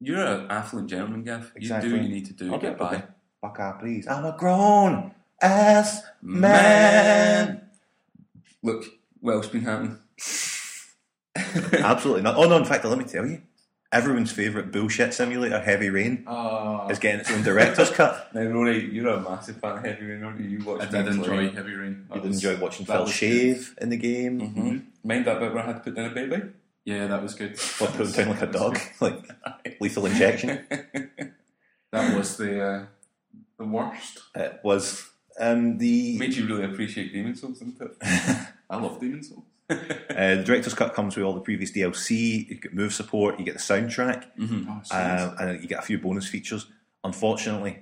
[SPEAKER 2] You're an affluent gentleman, Gav. You
[SPEAKER 1] Exactly.
[SPEAKER 2] do what you need to do to
[SPEAKER 1] Okay,
[SPEAKER 2] get by.
[SPEAKER 1] okay. Fuck up, please. I'm a grown ass man.
[SPEAKER 2] Man. Look, what else been happening?
[SPEAKER 1] Absolutely not. Oh no! In fact, let me tell you, everyone's favorite bullshit simulator, Heavy Rain,
[SPEAKER 3] Oh,
[SPEAKER 1] is getting its own director's cut.
[SPEAKER 2] Now, Rory, you're a massive fan of Heavy Rain, aren't you? You watch
[SPEAKER 3] I did
[SPEAKER 2] me play.
[SPEAKER 3] enjoy Heavy Rain. That
[SPEAKER 1] You
[SPEAKER 3] was-
[SPEAKER 1] enjoy watching
[SPEAKER 3] that
[SPEAKER 1] Phil
[SPEAKER 3] was Mm-hmm.
[SPEAKER 1] shave in the game.
[SPEAKER 2] hmm Mind that bit where I had to put down a baby?
[SPEAKER 3] good. Yeah, that was good.
[SPEAKER 1] What, put him down like a dog, like lethal injection.
[SPEAKER 3] That was the uh, the worst.
[SPEAKER 1] uh, was um, the
[SPEAKER 2] Made you really appreciate Demon Souls, didn't it?
[SPEAKER 3] I love Demon Souls.
[SPEAKER 1] uh, the director's cut comes with all the previous DLC. You get move support, you get the soundtrack,
[SPEAKER 2] Mm-hmm.
[SPEAKER 3] Oh,
[SPEAKER 1] um, and you get a few bonus features. Unfortunately,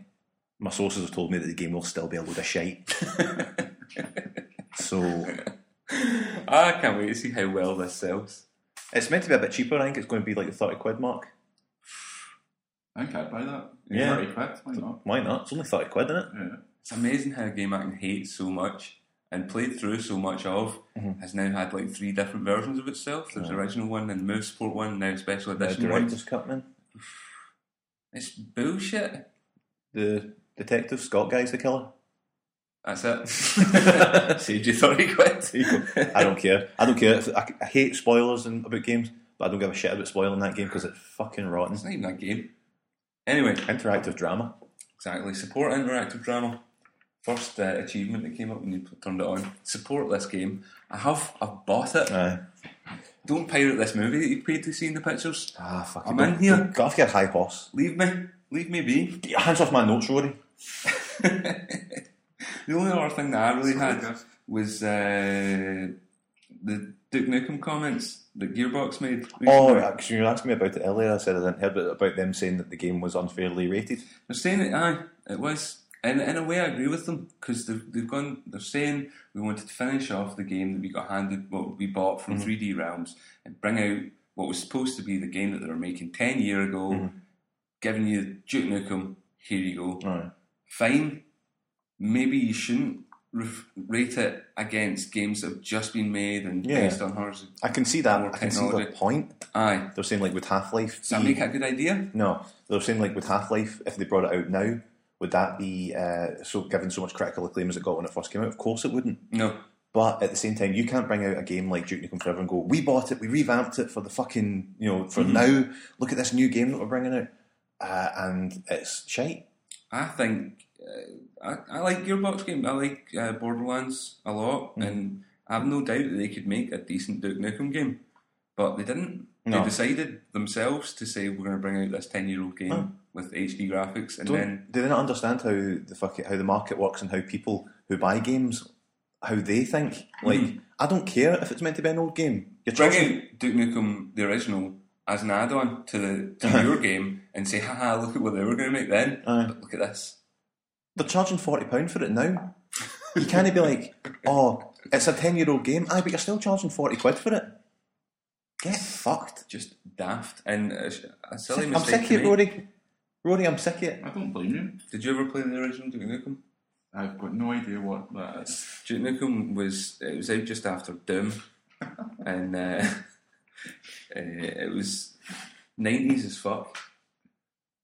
[SPEAKER 1] my sources have told me that the game will still be a load of shite. so
[SPEAKER 2] Ah, I can't wait to see how well this sells.
[SPEAKER 1] it's meant to be a bit cheaper. I think it's going to be like the thirty quid mark.
[SPEAKER 3] I think I'd buy that.
[SPEAKER 1] Yeah.
[SPEAKER 3] Pretty quick, why not?
[SPEAKER 1] Why not? It's only thirty quid, isn't it?
[SPEAKER 3] Yeah.
[SPEAKER 2] It's amazing how a game I can hate so much and played through so much of has now had like three different versions of itself. There's the original one, then the Move Support one, now Special
[SPEAKER 1] The
[SPEAKER 2] Edition one.
[SPEAKER 1] director's cut, man.
[SPEAKER 2] It's bullshit.
[SPEAKER 1] The detective Scott guy's the killer.
[SPEAKER 2] That's it. Saved you 30 quid.
[SPEAKER 1] I don't care. I don't care. I, I hate spoilers and about games, but I don't give a shit about spoiling that game because it's fucking rotten.
[SPEAKER 2] It's not even a game. Anyway,
[SPEAKER 1] Interactive drama.
[SPEAKER 2] exactly. Support interactive drama. First uh, achievement that came up when you p- turned it on. Support this game. I have. I've bought it.
[SPEAKER 1] Aye.
[SPEAKER 2] Don't pirate this movie that you paid to see in the pictures.
[SPEAKER 1] Ah, fuck
[SPEAKER 2] I'm
[SPEAKER 1] you.
[SPEAKER 2] in
[SPEAKER 1] Don't-
[SPEAKER 2] here.
[SPEAKER 1] don't Get off your high horse.
[SPEAKER 2] Leave me. Leave me be.
[SPEAKER 1] Get your hands off my notes, Rory.
[SPEAKER 2] The only other thing that I really
[SPEAKER 3] Sorry,
[SPEAKER 2] had
[SPEAKER 3] Gav.
[SPEAKER 2] was uh, the Duke Nukem comments that Gearbox made.
[SPEAKER 1] Oh,
[SPEAKER 2] recently.
[SPEAKER 1] because you asked me about it earlier. I said I didn't hear about, about them saying that the game was unfairly rated.
[SPEAKER 2] They're saying it, aye, it was. And in a way, I agree with them because they've, they've gone. They're saying we wanted to finish off the game that we got handed, what we bought
[SPEAKER 1] Mm-hmm.
[SPEAKER 2] from 3D Realms, and bring out what was supposed to be the game that they were making ten year ago,
[SPEAKER 1] Mm-hmm.
[SPEAKER 2] giving you Duke Nukem. Here you go.
[SPEAKER 1] Aye.
[SPEAKER 2] Fine. Maybe you shouldn't ref- rate it against games that have just been made and
[SPEAKER 1] Yeah.
[SPEAKER 2] based on hundreds. of-
[SPEAKER 1] I can see that.
[SPEAKER 2] More
[SPEAKER 1] I can see their
[SPEAKER 2] technology.
[SPEAKER 1] point.
[SPEAKER 2] Aye.
[SPEAKER 1] They're saying like with Half Life.
[SPEAKER 2] Does that make it a good idea?
[SPEAKER 1] No, they're saying like with Half Life, if they brought it out now, would that be uh, so given so much critical acclaim as it got when it first came out? Of course it wouldn't.
[SPEAKER 2] No.
[SPEAKER 1] But at the same time, you can't bring out a game like Duke Nukem Forever and go, "We bought it, we revamped it for the fucking you know
[SPEAKER 2] Hmm.
[SPEAKER 1] for now. Look at this new game that we're bringing out, uh, and it's shite."
[SPEAKER 2] I think uh, I, I like Gearbox games. I like uh, Borderlands a lot,
[SPEAKER 1] Mm.
[SPEAKER 2] and I have no doubt that they could make a decent Duke Nukem game, but they didn't.
[SPEAKER 1] No.
[SPEAKER 2] They decided themselves to say we're going to bring out this ten-year-old game with HD graphics, and
[SPEAKER 1] Don't,
[SPEAKER 2] then
[SPEAKER 1] do they not understand how the fuck how the market works and how people who buy games how they think? Like, I don't care if it's meant to be an old game. You're
[SPEAKER 2] bring
[SPEAKER 1] trusting-
[SPEAKER 2] out Duke Nukem the original as an add-on to the
[SPEAKER 1] Uh-huh.
[SPEAKER 2] to your game, and say, "Haha, look at what they were going to make then.
[SPEAKER 1] Aye.
[SPEAKER 2] But look at this."
[SPEAKER 1] They're charging forty pound for it now. You can't be like, oh, it's a ten year old game. Aye, but you're still charging forty quid for it. Get fucked.
[SPEAKER 2] Just daft and a, sh- a silly
[SPEAKER 1] I'm
[SPEAKER 2] mistake.
[SPEAKER 1] sick of
[SPEAKER 2] to
[SPEAKER 1] it,
[SPEAKER 2] make.
[SPEAKER 1] Rory. Rory, I'm sick of it.
[SPEAKER 3] I don't blame you.
[SPEAKER 2] Did you ever play the original Duke Nukem?
[SPEAKER 3] I've got no idea what that is.
[SPEAKER 2] Duke Nukem was it was out just after Doom, and uh, uh, it was nineties as fuck.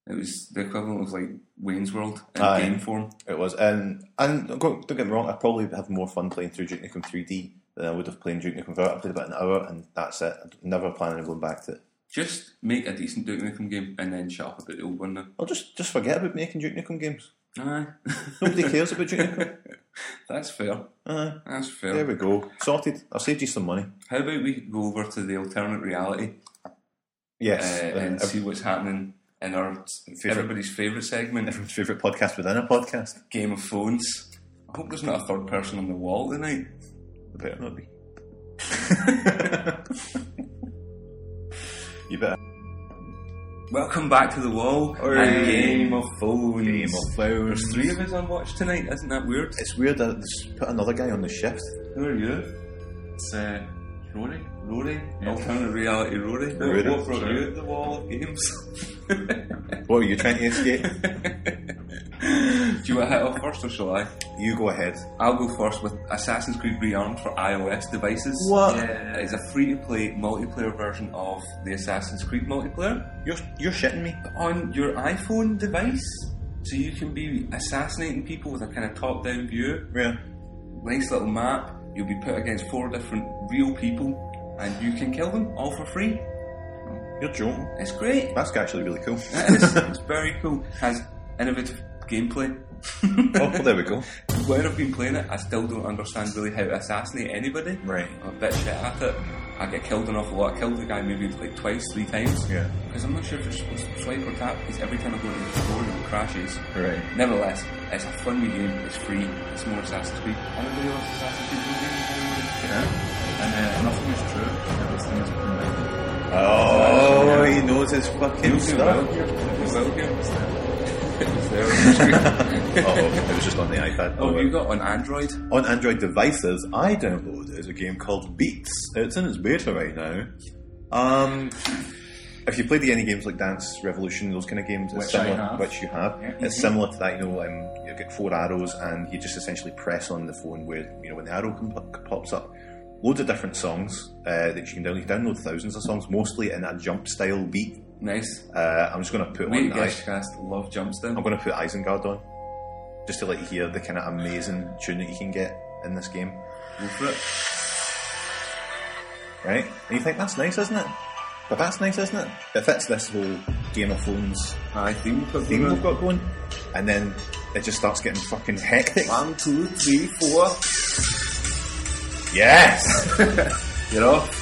[SPEAKER 2] It was the equivalent of like Wayne's World in
[SPEAKER 1] Aye.
[SPEAKER 2] game form.
[SPEAKER 1] It was, and and don't go- don't get me wrong, I probably have more fun playing through Duke Nukem 3D than I would have playing Duke Nukem Forever. I played about an hour, and that's it. I'm never planning on going back to it.
[SPEAKER 2] Just make a decent Duke Nukem game and then shut up about the old one now.
[SPEAKER 1] I'll just just forget about making Duke Nukem games.
[SPEAKER 2] Aye.
[SPEAKER 1] Nobody cares about Duke Nukem.
[SPEAKER 2] That's fair.
[SPEAKER 1] Uh,
[SPEAKER 2] That's fair.
[SPEAKER 1] there we go, sorted. I've saved you some money.
[SPEAKER 2] How about we go over to the alternate reality uh,
[SPEAKER 1] Yes,
[SPEAKER 2] and
[SPEAKER 1] uh,
[SPEAKER 2] see what's happening in our everybody's favourite segment,
[SPEAKER 1] everyone's favourite podcast within a podcast.
[SPEAKER 2] Game of Phones. I hope there's not a third person on the wall tonight.
[SPEAKER 1] It better not be. you better.
[SPEAKER 2] Welcome back to the wall
[SPEAKER 1] Hooray.
[SPEAKER 2] and Game of Phones.
[SPEAKER 1] flowers.
[SPEAKER 2] There's three of us on watch tonight. Isn't that weird?
[SPEAKER 1] It's weird that it's put another guy on the shift.
[SPEAKER 2] Who are you?
[SPEAKER 3] It's uh, Rory.
[SPEAKER 2] Rory.
[SPEAKER 3] Yeah.
[SPEAKER 2] Alternate reality Rory.
[SPEAKER 1] Rory,
[SPEAKER 2] What brought
[SPEAKER 3] sure.
[SPEAKER 2] you at the wall of games?
[SPEAKER 1] What are you trying to escape?
[SPEAKER 2] Do you want to hit off first or shall I?
[SPEAKER 1] you go ahead.
[SPEAKER 2] I'll go first with Assassin's Creed Rearmed for iOS devices.
[SPEAKER 1] What?
[SPEAKER 2] Yeah. It's a free to play multiplayer version of the Assassin's Creed multiplayer
[SPEAKER 1] You're you're shitting me.
[SPEAKER 2] on your iPhone device. So you can be assassinating people with a kind of top down view.
[SPEAKER 1] Yeah.
[SPEAKER 2] Nice little map. You'll be put against four different real people and you can kill them all for free.
[SPEAKER 1] You're joking.
[SPEAKER 2] It's great.
[SPEAKER 1] That's actually really cool.
[SPEAKER 2] It is. it's very cool. Has innovative gameplay.
[SPEAKER 1] oh, well, there we go.
[SPEAKER 2] Where I've been playing it, I still don't understand really how to assassinate anybody.
[SPEAKER 1] Right.
[SPEAKER 2] I'm a bit shit at it. I get killed an awful lot. I killed the guy maybe like twice, three times.
[SPEAKER 1] Yeah.
[SPEAKER 2] Because I'm not sure if you're supposed to swipe or tap, because every time I go to the store, it crashes.
[SPEAKER 1] Right.
[SPEAKER 2] Nevertheless, it's a fun wee game, it's free, it's more Assassin's Creed. Anybody else Assassin's Creed? wee game?
[SPEAKER 3] Yeah. And uh, nothing is true. Everything is made.
[SPEAKER 1] Oh, he knows his fucking
[SPEAKER 2] You'll do well
[SPEAKER 1] stuff.
[SPEAKER 2] here. You'll do well here. It's there.
[SPEAKER 1] oh, it was just on the iPad.
[SPEAKER 2] Oh, you
[SPEAKER 1] well.
[SPEAKER 2] got on Android?
[SPEAKER 1] On Android devices, I downloaded is a game called Beats. It's in its beta right now. Um, if you played the any games like Dance Revolution, those kind of games, it's
[SPEAKER 3] Which I
[SPEAKER 1] similar,
[SPEAKER 3] have.
[SPEAKER 1] which you have,
[SPEAKER 3] Yeah.
[SPEAKER 1] it's similar to that. You know, um, you get four arrows, and you just essentially press on the phone where you know when the arrow com- pops up. Loads of different songs uh, that you can download. You can download thousands of songs, mostly in a jump style beat.
[SPEAKER 2] Nice.
[SPEAKER 1] Uh, I'm just going to put
[SPEAKER 2] Wait,
[SPEAKER 1] on. I,
[SPEAKER 3] eh?
[SPEAKER 2] guys, guys, love jumps down.
[SPEAKER 1] I'm going to put Isengard on, just to let you hear the kind of amazing tune that you can get in this game.
[SPEAKER 2] Go for it.
[SPEAKER 1] right? And you think that's nice, isn't it? But that's nice, isn't it? It fits this whole Game of Thrones
[SPEAKER 2] I think we've
[SPEAKER 1] theme we've got going, and then it just starts getting fucking hectic.
[SPEAKER 2] One, two, three, four.
[SPEAKER 1] Yes,
[SPEAKER 2] You're off.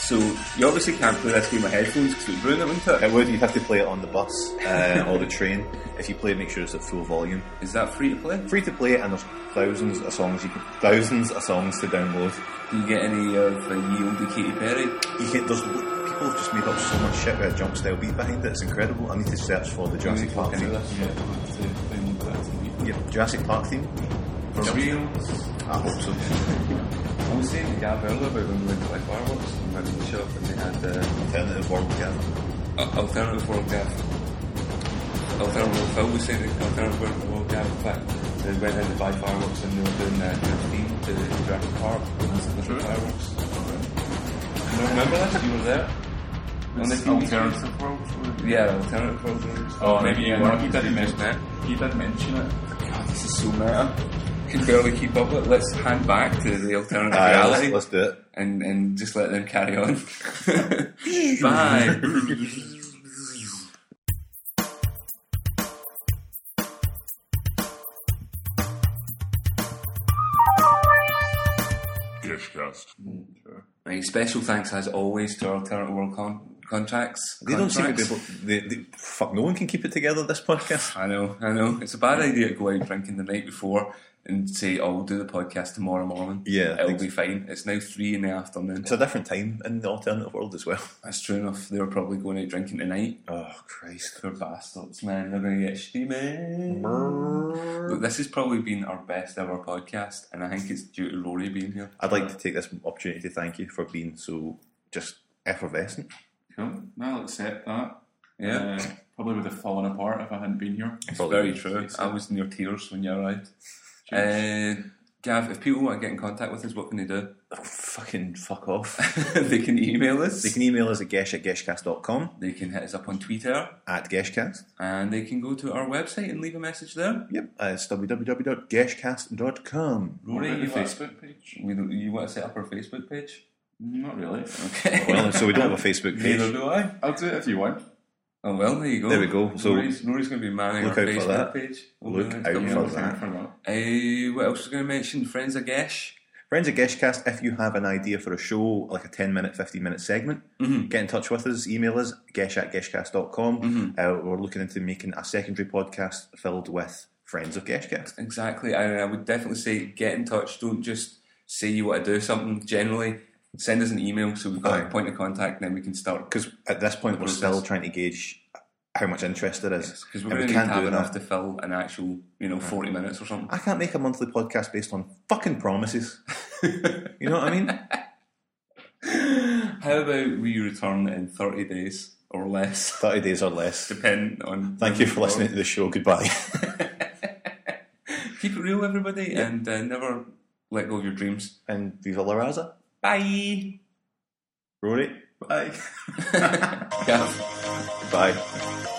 [SPEAKER 2] So you obviously can't play this game with headphones because it would ruin it, wouldn't it?
[SPEAKER 1] it would. You have to play it on the bus uh, or the train. If you play, it, make sure it's at full volume.
[SPEAKER 2] Is that free to play?
[SPEAKER 1] Free to play, and there's thousands of songs. You can, thousands of songs to download.
[SPEAKER 2] Do you get any uh, of the ye olde Katy Perry?
[SPEAKER 1] You can. There's people have just made up so much shit with a jump style beat behind it. It's incredible. I need to search for the Jurassic Park theme.
[SPEAKER 3] Yeah, we'll have to download that to
[SPEAKER 1] Yeah, Jurassic Park theme.
[SPEAKER 2] For real?
[SPEAKER 1] I hope so.
[SPEAKER 2] I was saying to Gav earlier about when we went to like fireworks and went to the shop and they had uh,
[SPEAKER 1] Alternative world, yeah.
[SPEAKER 2] a- alternative world Gav. Alternative world Phil was saying that alternative world, world Gav in fact they went in to buy fireworks and they were doing uh, their theme to the Jurassic Park with the fireworks. Do you remember this? You were there? On the
[SPEAKER 3] This
[SPEAKER 2] TV screen?
[SPEAKER 3] alternative world. so-
[SPEAKER 2] Yeah, alternative programs.
[SPEAKER 3] Oh, maybe yeah. No,
[SPEAKER 2] Mark,
[SPEAKER 3] he
[SPEAKER 2] you
[SPEAKER 3] did
[SPEAKER 2] didn't mention
[SPEAKER 3] mention
[SPEAKER 2] that.
[SPEAKER 3] He did mention it.
[SPEAKER 2] God, this is so meta. Can barely keep up with it. Let's hand back to the alternative
[SPEAKER 1] Aye, let's-
[SPEAKER 2] reality
[SPEAKER 1] let's do it.
[SPEAKER 2] and, and just let them carry on. Bye. Right, special thanks as always to our alternate world con- contracts.
[SPEAKER 1] They don't seem to be
[SPEAKER 2] contracts.
[SPEAKER 1] able. They, they, fuck, no one can keep it together. This podcast.
[SPEAKER 2] I know, I know. It's a bad idea to go out drinking the night before and say, "Oh, we'll do the podcast tomorrow morning."
[SPEAKER 1] Yeah, I
[SPEAKER 2] it'll
[SPEAKER 1] think
[SPEAKER 2] be fine. It's now three in the afternoon.
[SPEAKER 1] It's a different time in the alternative world as well.
[SPEAKER 2] That's true enough. They were probably going out drinking tonight.
[SPEAKER 1] Oh Christ!
[SPEAKER 2] Poor bastards, man. They're going to get steamy. Look, this has probably been our best ever podcast, and I think it's due to Rory being here.
[SPEAKER 1] I'd like to take this opportunity to thank you for being so just effervescent.
[SPEAKER 3] Cool. I'll accept that.
[SPEAKER 2] Yeah,
[SPEAKER 3] Uh, probably would have fallen
[SPEAKER 1] Uh,
[SPEAKER 3] apart if I hadn't been here.
[SPEAKER 2] it's very true. I was near tears when you arrived.
[SPEAKER 3] Cheers.
[SPEAKER 2] Uh, Gav, if people want to get in contact with us, what can they do?
[SPEAKER 1] Fucking fuck off.
[SPEAKER 2] they can email us.
[SPEAKER 1] They can email us at gesh at geshcast.com,
[SPEAKER 2] They can hit us up on Twitter,
[SPEAKER 1] at geshcast.
[SPEAKER 2] and they can go to our website and leave a message there.
[SPEAKER 1] Yep, uh, it's www.geshcast.com.
[SPEAKER 2] Rory,
[SPEAKER 3] Already
[SPEAKER 2] you want,
[SPEAKER 3] Facebook page?
[SPEAKER 2] we don't, you want to set up our Facebook page?
[SPEAKER 3] Not really.
[SPEAKER 2] Okay.
[SPEAKER 1] Well, so we don't have a Facebook
[SPEAKER 2] Neither
[SPEAKER 1] page.
[SPEAKER 2] do I.
[SPEAKER 3] I'll do it if you want.
[SPEAKER 2] Oh well, there you go.
[SPEAKER 1] There we go. So-
[SPEAKER 2] Rory's, Rory's going to be manning
[SPEAKER 1] Look
[SPEAKER 2] our
[SPEAKER 1] out for
[SPEAKER 2] Facebook
[SPEAKER 1] that.
[SPEAKER 2] page.
[SPEAKER 1] Look
[SPEAKER 2] that's
[SPEAKER 1] out
[SPEAKER 2] coming
[SPEAKER 1] for
[SPEAKER 2] up.
[SPEAKER 1] that. Alright.
[SPEAKER 3] For now.
[SPEAKER 2] Eh, what else was going to mention? Friends of Gesh.
[SPEAKER 1] Friends at Geshcast, if you have an idea for a show, like a 10 minute, 15 minute segment,
[SPEAKER 2] Mm-hmm.
[SPEAKER 1] get in touch with us, email us, gesh at geshcast.com.
[SPEAKER 2] Mm-hmm.
[SPEAKER 1] Uh, we're looking into making a secondary podcast filled with Friends of Geshcast.
[SPEAKER 2] Exactly. I, I would definitely say get in touch. Don't just say you want to do something. Generally, send us an email so we've got
[SPEAKER 1] Aye.
[SPEAKER 2] a point of contact, and then we can start.
[SPEAKER 1] Because at this point, we're
[SPEAKER 2] process.
[SPEAKER 1] still trying to gauge how much interest there is.
[SPEAKER 2] Because we're
[SPEAKER 1] and
[SPEAKER 2] going
[SPEAKER 1] we
[SPEAKER 2] to
[SPEAKER 1] can't
[SPEAKER 2] have
[SPEAKER 1] do
[SPEAKER 2] enough
[SPEAKER 1] enough.
[SPEAKER 2] to fill an actual, you know, forty minutes or something.
[SPEAKER 1] I can't make a monthly podcast based on fucking promises. you know what I mean?
[SPEAKER 2] How about we return in thirty days or less,
[SPEAKER 1] 30 days or less.
[SPEAKER 2] depending on.
[SPEAKER 1] Thank you for listening to the show. Goodbye.
[SPEAKER 2] Keep it real, everybody, and uh, never let go of your dreams.
[SPEAKER 1] and viva la raza.
[SPEAKER 2] Bye.
[SPEAKER 1] Rory,
[SPEAKER 2] Bye. Gav.
[SPEAKER 1] bye.